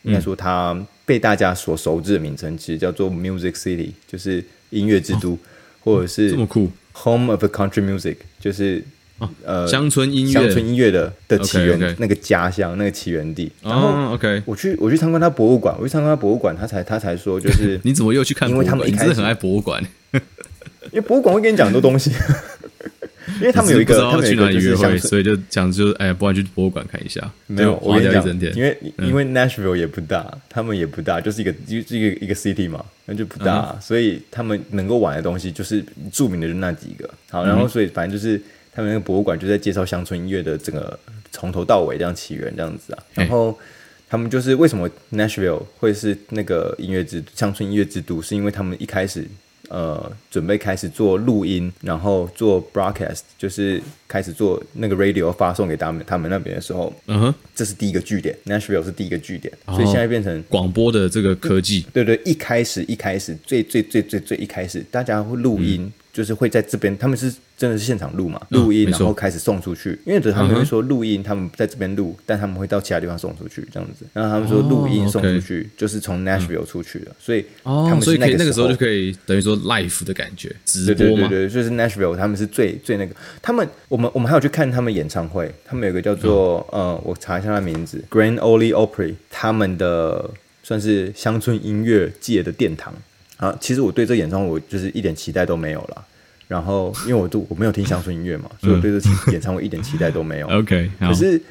B: 嗯
A: 应该说它被大家所熟知的名称，其实叫做 Music City，就是音乐之都，或者是
B: 哦这么酷
A: Home of Country Music，就是
B: 哦
A: 呃
B: 乡村音
A: 乡
B: 乐，
A: 村音乐的的起源
B: OK，OK
A: 那个家乡那个起源地。然后
B: 哦，OK，
A: 我去我去参观他博物馆，我去参观他博物馆，他才他才说就是
B: 你怎么又去看
A: 因
B: 博
A: 为
B: 物
A: 他们
B: 馆？
A: 一
B: 你真
A: 开
B: 的
A: 始
B: 很爱博物馆，
A: 因为博物馆会跟你讲很多东西， 因为他们有一
B: 只
A: 个
B: 是
A: 他
B: 不
A: 们有
B: 知道去
A: 一
B: 哪
A: 个
B: 里
A: 就
B: 约
A: 是乡
B: 会，
A: 村。
B: 所以就想就是哎，不然去博物馆看一下，
A: 没有，
B: 就
A: 我
B: 花
A: 跟你
B: 掉一
A: 讲
B: 整，天，嗯
A: 因为因为 Nashville 也不大，他们也不大，就是一个就是一个一个 city 嘛，那就不
B: 嗯
A: 大，所以他们能够玩的东西就是著名的就那几个。好，
B: 嗯
A: 然后所以反正就是他们那个博物馆就在介绍乡村音乐的整个从头到尾这样起源这样子啊。
B: 嗯
A: 然后他们就是为什么 Nashville 会是那个音乐之乡村音乐之都，是因为他们一开始呃准备开始做录音，然后做 broadcast，就是开始做那个 radio 发送给他们他们那边的时候，
B: 嗯哼，
A: 这是第一个据点，Nashville 是第一个据点，
B: 哦
A: 所以现在变成。
B: 广播的这个科技，
A: 对对，一开始一开始最最最最最一开始，大家会录音，就是会在这边，他们是真的是现场录嘛，录音、
B: 嗯没
A: 然
B: 错
A: 后开始送出去，因为他们
B: 嗯
A: 会
B: 哼
A: 说录音，他们在这边录，但他们会到其他地方送出去这样子，然后他们说录音
B: 哦
A: 送出
B: OK
A: 去、就是从 Nashville 出去的，所以他
B: 哦
A: 们，
B: 所
A: 是
B: 以可以那
A: 个
B: 个时候就
A: 以。
B: 可以等于说 live 的感觉，直
A: 对对
B: 播
A: 对
B: 嘛，
A: 对，就是 Nashville，他们是最最那个，他们我们我们还有去看他们演唱会，他们有个叫做、呃，我查一下他的名字，Grand Ole Opry，他们的算是乡村音乐界的殿堂啊。其实我对这演唱会我就是一点期待都没有啦。然后因为我都我没有听乡村音乐嘛，所以我对 这演唱会一点期待都没有。
B: OK，好
A: 可，是，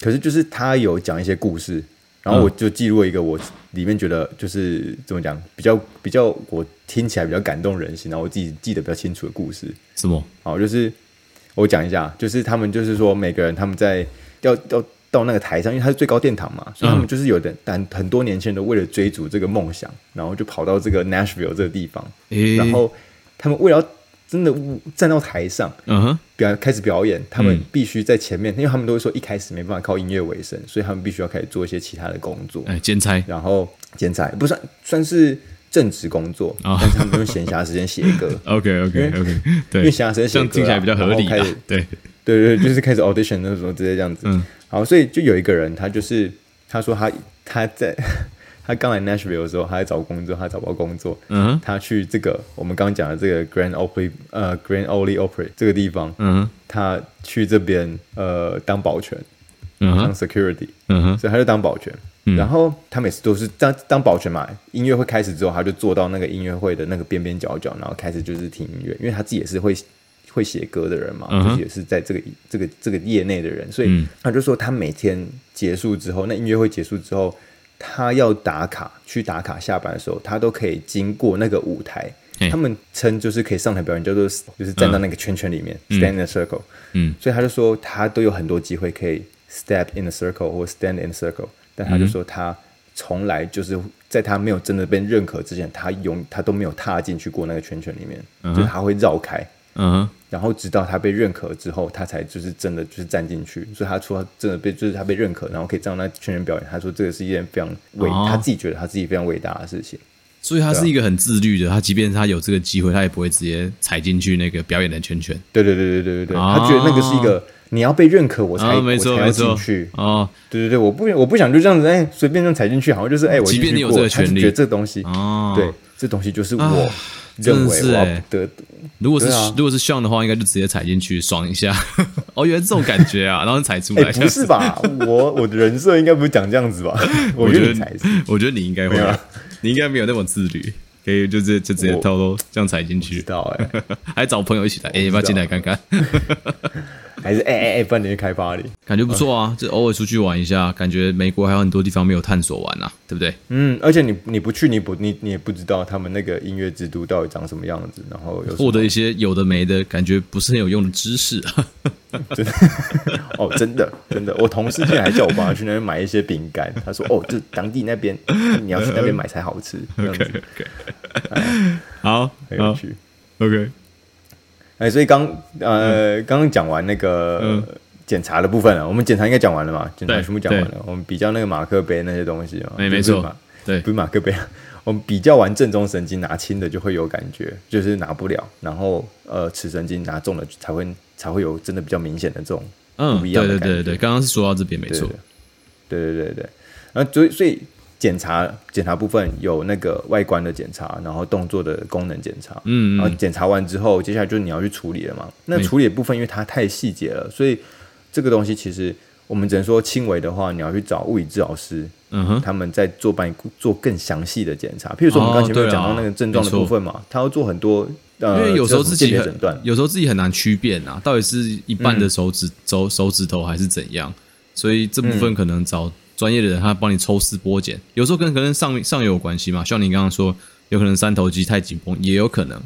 A: 可是就是他有讲一些故事，然后我就记录了一个我里面觉得就是怎么讲，比较比较我听起来比较感动人心，然后我自己记得比较清楚的故事。
B: 什么？
A: 好，就是我讲一下，就是他们就是说每个人他们在要要到到那个台上，因为它是最高殿堂嘛，所以他们就是有的，但很多年轻人都为了追逐这个梦想，然后就跑到这个 Nashville 这个地方，
B: 诶
A: 然后他们为了要真的站到台上
B: 嗯哼，
A: 表开始表演，他
B: 嗯
A: 们必须在前面，因为他们都会说一开始没办法靠音乐为生，所以他们必须要开始做一些其他的工作，
B: 哎，兼差，
A: 然后剪彩不算算是正职工作，
B: 哦
A: 但是他们用闲暇时间写 歌，
B: OK OK OK，对，
A: 因为想要生写
B: 这样听起来比较合理
A: 歌啊然后开
B: 啊
A: 始。
B: 对，
A: 对对，对就是开始 audition 那时候直接这样子。
B: 嗯
A: 好，所以就有一个人，他就是他说他他在 他刚来 Nashville 的时候，他在找工作，他找不到工作，
B: 嗯哼
A: 他去这个我们刚刚讲的这个 Grand Opry 呃 Grand Ole Opry 这个地方，
B: 嗯哼
A: 他去这边呃当保全，
B: 嗯
A: 当
B: 哼
A: security，、
B: 嗯哼，嗯
A: 所以他就当保全。然后他每次都是当当保全嘛，音乐会开始之后，他就坐到那个音乐会的那个边边角角，然后开始就是听音乐，因为他自己也是会会写歌的人嘛，
B: 嗯哼
A: 就是也是在这个这个这个业内的人，所以
B: 嗯
A: 他就说他每天结束之后，那音乐会结束之后，他要打卡去打卡，下班的时候他都可以经过那个舞台
B: 嘿。
A: 他们称就是可以上台表演，叫做就是站到那个圈圈里面、s t a n d in a circle。
B: 嗯，
A: 所以他就说他都有很多机会可以 step in a circle 或 stand in a circle，但他就说他从来就是在他没有真的被认可之前，他永他都没有踏进去过那个圈圈里面，
B: 嗯哼
A: 就是他会绕开，
B: 嗯哼，
A: 然后直到他被认可之后，他才就是真的就是站进去。所以他说他真的被就是他被认可，然后可以站到那圈圈表演。他说这个是一件非常伟，
B: 哦
A: 他自己觉得他自己非常伟大的事情。
B: 所以他
A: 啊
B: 是一个很自律的，他即便他有这个机会，他也不会直接踩进去那个表演的圈圈。
A: 对对对对对对对，
B: 哦
A: 他觉得那个是一个你要被认可我才、
B: 啊，
A: 我
B: 没
A: 才
B: 错
A: 要
B: 没
A: 进
B: 错
A: 去，。
B: 哦
A: 对对对，我不我不想就这样子，哎、随便这样踩进去，好像就是哎、我
B: 哦即
A: 进去
B: 便你有
A: 过
B: 这个
A: 他就
B: 权利
A: 觉得这东西，
B: 哦，
A: 对，，这东西就是我
B: 啊
A: 认为
B: 真的
A: 我
B: 是
A: 要
B: 哎
A: 得，
B: 如果是、
A: 对啊
B: 如果是 Sean 的话，应该就直接踩进去爽一下。 哦，原来是这种感觉啊，然后踩出
A: 哎、
B: 来。
A: 不是吧？我我的人设应该不是讲这样子 吧？我
B: 我
A: 觉得
B: 觉
A: 你才
B: 得
A: 是，
B: 我觉得你应该会
A: 没有啊，
B: 你应该没有那么自律，可以就直接就直接
A: 我
B: 偷偷这样踩进
A: 知
B: 去，
A: 道哎、
B: 还找朋友一起来，哎、要不要进来看看？
A: 还是哎哎哎，不然你去开发里，
B: 感觉不错啊，就偶尔出去玩一下，感觉美国还有很多地方没有探索完啊，对不对？
A: 嗯，而且你你不去，你不你你也不知道他们那个音乐之都到底长什么样子，然后有什
B: 获
A: 么
B: 得一些有的没的，感觉不是很有用的 知识。
A: 哦，真的真的，我同事竟然还叫我帮他去那边买一些饼干，他说哦，这当地那边你要去那边买才好吃，这样
B: OK
A: 子
B: OK，好，
A: 很有
B: 好
A: 趣。
B: ，OK，
A: 哎，所以刚
B: 嗯
A: 呃，刚刚讲完那个检查的部分啊了，我们检查应该讲完了嘛？检查
B: 对
A: 全部讲完
B: 对
A: 了，我们比较那个马克杯那些东西嘛，
B: 没
A: 不是
B: 没错
A: 马
B: 对
A: 不是马克杯啊， 我们比较完正中神经拿轻的就会有感觉，就是拿不了，然后呃，尺神经拿重了才会才会有真的比较明显的这种
B: 嗯，
A: 不一
B: 对
A: 样的
B: 对
A: 感觉
B: 对对，刚刚是说到这边没错，
A: 对对对对，然后所以所以检查检查部分有那个外观的检查，然后动作的功能检查，
B: 嗯嗯
A: 然后检查完之后，接下来就是你要去处理了嘛。那
B: 没
A: 处理的部分因为它太细节了，所以这个东西其实我们只能说轻微的话，你要去找物理治疗师，
B: 嗯哼，
A: 他们在做帮你做更详细的检查。譬如说我们
B: 哦
A: 刚前面有
B: 对啊
A: 讲到那个症状的
B: 没错
A: 部分嘛，他要做很多呃，
B: 因为有时候自己
A: 鉴别
B: 很
A: 诊断，嗯
B: 有时候自己很难区辨啊，到底是一半的手指手手指头还是怎样，所以这部分可能找专业的人他帮你抽丝剥茧，有时候跟可能上上游有关系嘛，像你刚刚说，有可能三头肌太紧绷也有可能，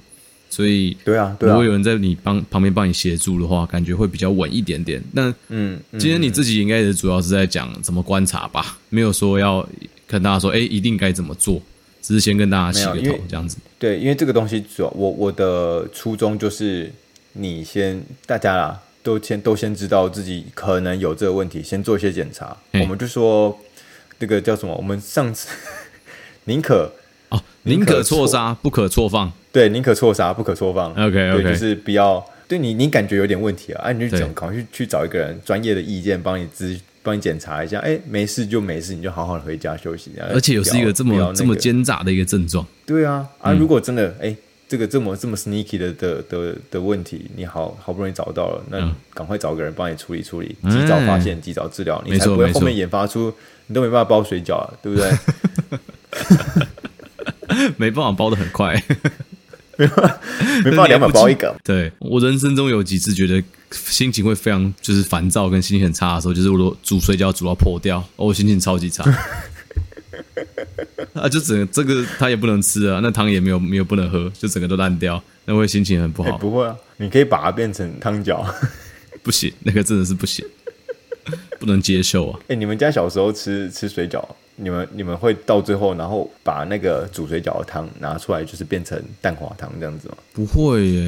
B: 所以
A: 对啊对啊
B: 如果，有人在你帮旁边帮你协助的话，感觉会比较稳一点点。那
A: 嗯嗯
B: 今天你自己应该也是主要是在讲怎么观察吧，没有说要跟大家说，哎、一定该怎么做，只是先跟大家洗
A: 没
B: 个
A: 有因
B: 头
A: 为
B: 这样子。
A: 对，因为这个东西主要我我的初衷就是你先大家啦，都先都先知道自己可能有这个问题，先做一些检查。
B: 嗯
A: 我们就说这个叫什么？我们上次宁可
B: 哦，
A: 宁
B: 宁可
A: 可
B: 错
A: 错
B: 哦杀，不可错放。
A: 对宁可错杀，不可错放。
B: OK，OK
A: 对，就是不要对你你感觉有点问题啊，啊你就
B: 对
A: 讲，赶快去去找一个人专业的意见帮你咨。帮你检查一下，哎，没事就没事，你就好好的回家休息。
B: 而且又是一个这
A: 不要
B: 么
A: 不要那
B: 这么
A: 个
B: 奸诈的一个症状，
A: 对啊，
B: 嗯
A: 啊，如果真的哎、这个这么这么 sneaky 的的的的问题，你好好不容易找到了，
B: 嗯
A: 那赶快找个人帮你处理处理，及早发现，及早治疗，你
B: 没
A: 才
B: 错
A: 不会
B: 没
A: 后
B: 错
A: 面研发出你都没办法包水饺了，对不对？
B: 没办法包的很快。
A: 没办法
B: 你还
A: 两
B: 不
A: 百
B: 知
A: 包一 个，
B: 对我人生中有几次觉得心情会非常就是烦躁跟心情很差的时候，就是我如果煮水饺煮到破掉，哦，我心情超级差。 啊，就整个这个他也不能吃啊，那汤也没有没有不能喝，就整个都烂掉，那会心情很不
A: 哎、
B: 好。
A: 不会啊，你可以把它变成汤饺，
B: 不行，那个真的是不行。不能接受啊。
A: 哎、你们家小时候吃吃水饺，你们你们会到最后，然后把那个煮水饺的汤拿出来，就是变成蛋花汤这样子吗？
B: 不会耶，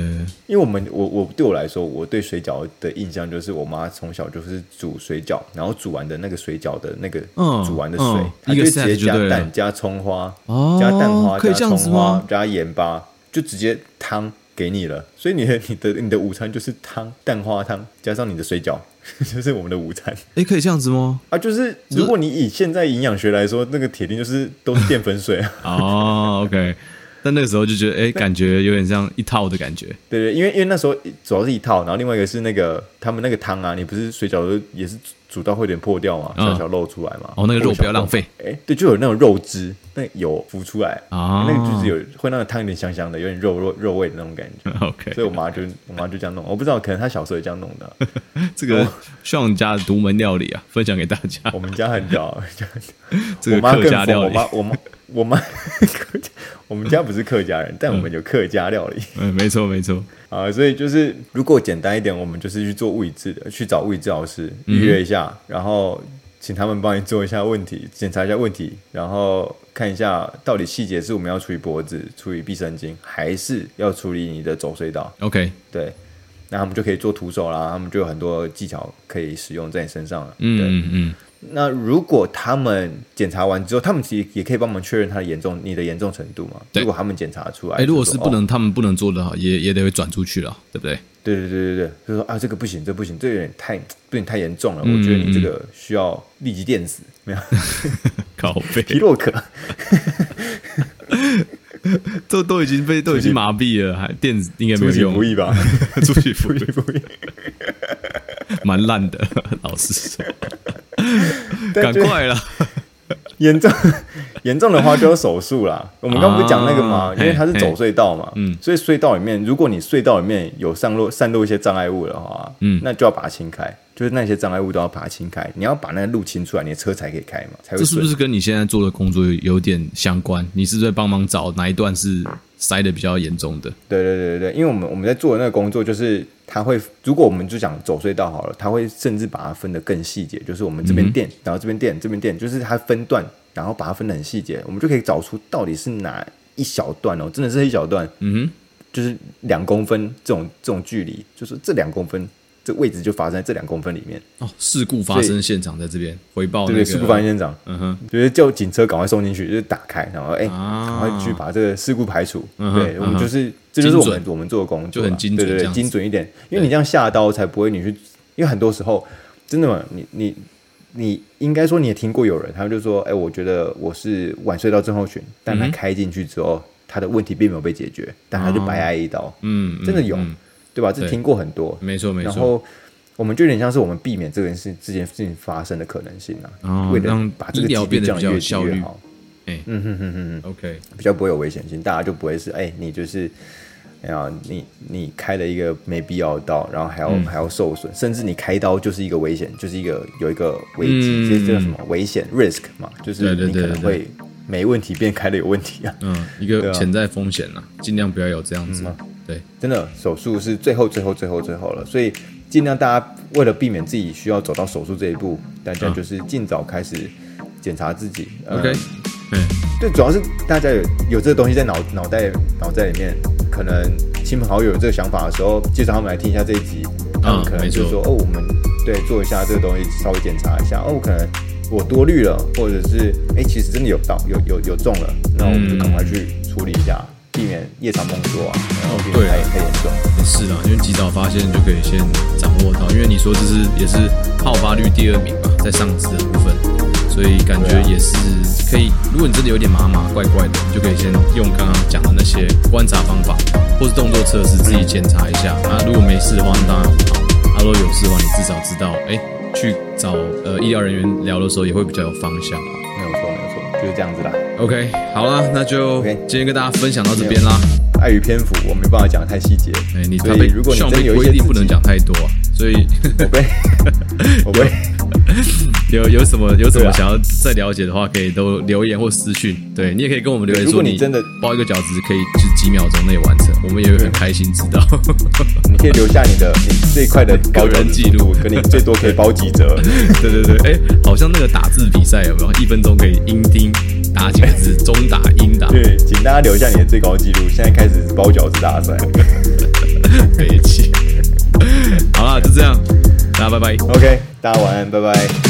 A: 因为我们我我对我来说，我对水饺的印象就是我妈从小就是煮水饺，然后煮完的那个水饺的那个、
B: 嗯
A: 煮完的水，
B: 嗯
A: 她
B: 一
A: 就
B: 个
A: 直接
B: set 就
A: 加
B: 对了
A: 蛋加葱花，
B: 哦
A: 加蛋花
B: 可以
A: 加
B: 这样
A: 葱
B: 子
A: 花
B: 吗
A: 加盐巴，就直接汤给你了。所以你的你的你的午餐就是汤蛋花汤加上你的水饺， 就是我们的午餐。
B: 哎，可以这样子吗？
A: 啊，就是如果你以现在营养学来说，那个铁定就是都是淀粉水啊。
B: 哦，OK，但那个时候就觉得，哎，感觉有点像一套的感觉。
A: 对对，因为因为那时候主要是一套，然后另外一个是那个他们那个汤啊，你不是水饺都也是煮到会有点破掉嘛，
B: 嗯
A: 小小漏出来嘛。
B: 哦那个
A: 或
B: 肉
A: 者小
B: 不要浪费
A: 洞。哎，对，就有那种肉汁，那有浮出来
B: 哦
A: 那个就是有会让那个汤有点香香的，有点肉肉肉味的那种感觉。
B: OK，
A: 所以我妈就我妈就这样弄，我不知道，可能她小时候也这样弄的。
B: 这个像你家的独门料理啊，分享给大家。
A: 我们家很屌，
B: 这个
A: 我妈
B: 客
A: 更
B: 家
A: 疯
B: 料
A: 我
B: 理，
A: 妈我妈我妈 客家，我们家不是客家人，但我们有客家料理。
B: 嗯，没错没错，
A: 啊，所以就是如果简单一点，我们就是去做物理治疗，去找物理治疗师预约一下，然后请他们帮你做一下问题，检查一下问题，然后看一下到底细节是我们要处理脖子、处理臂神经，还是要处理你的走隧道？
B: OK，
A: 对，那他们就可以做徒手啦，他们就有很多技巧可以使用在你身上了。对，
B: 嗯嗯嗯，
A: 那如果他们检查完之后，他们其实也可以帮忙确认他的严重、你的严重程度嘛？
B: 对
A: 如果他们检查出来，
B: 哎，如果
A: 就是说
B: 不
A: 哦
B: 能，他们不能做的话，也也得会转出去了，对不对？
A: 对对对对对，就说啊，这个不行，这不行，这有点太对你太严重了，我觉得你这个需要立即电 死，没有
B: 靠背，
A: 皮洛可，
B: 都都已经被都已经麻痹了，还电子应该没
A: 出
B: 有
A: 其
B: 用
A: 不，意吧，
B: 出去不
A: 出其不意。
B: 蛮烂的，老实说，
A: 但
B: 赶
A: 就
B: 快啦，
A: 严重严重的话就要手术啦。我们刚刚不是讲那个嘛
B: 啊，
A: 因为它是
B: 嘿
A: 走隧道嘛，
B: 嗯
A: 所以隧道里面，如果你隧道里面有散落散落一些障碍物的话，
B: 嗯
A: 那就要把它清开，就是那些障碍物都要把它清开，你要把那个路清出来，你的车才可以开嘛，才会
B: 这是
A: 顺
B: 不。是跟你现在做的工作有有点相关？你是不是在帮忙找哪一段是塞的比较严重的？
A: 对对对对对，因为我们我们在做的那个工作，就是它会，如果我们就讲走隧道好了，它会甚至把它分得更细节，就是我们这边嗯电，然后这边电，这边电，就是它分段，然后把它分得很细节，我们就可以找出到底是哪一小段哦，真的是一小段，
B: 嗯
A: 就是两公分这种这种距离，就是这两公分这位置就发生在这两公分里面，
B: 哼，哦，事故发生现场在这边回报
A: 对
B: 那
A: 不
B: 个，
A: 对？事故发生现场，
B: 嗯哼，
A: 就是叫警车赶快送进去，就是打开，然后哎，赶
B: 啊
A: 快去把这个事故排除。
B: 嗯哼
A: 对，我们
B: 嗯哼
A: 就是这就是我
B: 精
A: 们
B: 准
A: 我们做的工作啦，
B: 就很精
A: 对
B: 准这
A: 对对，
B: 样子
A: 精准一点，因为你这样下刀才不会你去，因为很多时候真的嘛，你你。你应该说你也听过有人，他就说：“哎、我觉得我是晚睡到症候群，但他
B: 嗯哼
A: 开进去之后，他的问题并没有被解决，但他就白挨一刀，
B: 嗯，嗯
A: 真的有，
B: 嗯
A: 对吧？这
B: 对
A: 听过很多，
B: 没错没
A: 然
B: 错，
A: 后我们就有点像是我们避免这件事这件事情发生的可能性啊，
B: 哦
A: 为了
B: 让
A: 把这个
B: 医
A: 疾
B: 疗
A: 病
B: 变得
A: 降
B: 比较
A: 越
B: 有
A: 低
B: 效
A: 越
B: 率
A: 好，
B: 哎
A: 嗯哼哼哼
B: ，OK，
A: 哼，比较不会有危险性，大家就不会是哎、你就是。哎呀，你你开了一个没必要的刀，然后还要、
B: 嗯
A: 还要受损，甚至你开刀就是一个危险，就是一个有一个危机，
B: 嗯
A: 这、叫什么危险 risk 嘛？就是
B: 对对
A: 你可
B: 对
A: 能
B: 对
A: 会没问题变开了有问题啊。
B: 嗯，一
A: 对啊
B: 个潜在风险啊，尽量不要有这样子
A: 嗯啊，
B: 对，
A: 真的手术是最后、最后、最后、最后了，所以尽量大家为了避免自己需要走到手术这一步，大家
B: 嗯
A: 就是尽早开始检查自己。呃
B: OK，嗯，
A: 对，主要是大家有有这个东西在脑脑袋脑袋里面，可能亲朋好友有这个想法的时候，介绍他们来听一下这一集，他们
B: 嗯
A: 可能就
B: 没
A: 说、
B: 错
A: 哦，我们对做一下这个东西，稍微检查一下，哦，可能我多虑了，或者是哎，其实真的有到有有有中了，那我们就赶快去处理一下，避免夜长梦多啊，然后避免
B: 对啊
A: 太太严重。
B: 也是啦，因为及早发现就可以先掌握到，因为你说这是也是好发率第二名嘛，在上肢的部分，所以感
A: 对
B: 觉
A: 啊
B: 也是可以。如果你真的有点麻麻怪怪的，你就可以先用刚刚讲的那些观察方法，或是动作测试自己检查一下。那如果没事的话，那当然好；啊，如果有事的话，你至少知道，哎、去找呃医疗人员聊的时候也会比较有方向嘛。
A: 没有错，没有错，就是这样子啦。
B: OK，好啦，那就
A: OK
B: 今天跟大家分享到这边啦。
A: 碍于篇幅，我没办法讲太细节。
B: 哎、你
A: 所
B: 他
A: 以
B: 被
A: 如果你
B: 像
A: 真
B: 被
A: 有一
B: 规
A: 些
B: 定
A: 自
B: 不能
A: 己
B: 讲太多、啊，所以。
A: 我不会，我不会，
B: 有有什么有什么
A: 啊
B: 想要再了解的话，可以都留言或私讯。对你也可以跟我们留言
A: 如
B: 说，
A: 果你真的
B: 包一个饺子可以就几秒钟内完成，我们也会很开心知 道。
A: 你可以留下你的你这一块的包
B: 个
A: 饺
B: 人
A: 子
B: 记录
A: 图跟你最多可以包几折。
B: 对对对，哎、好像那个打字比赛有没有？一分钟可以音听打几个字，中打英打，
A: 对，请大家留下你的最高纪录。现在开始包饺子大赛。
B: 北气。好啦，就这样，大家拜拜。
A: OK，大家晚安，拜拜。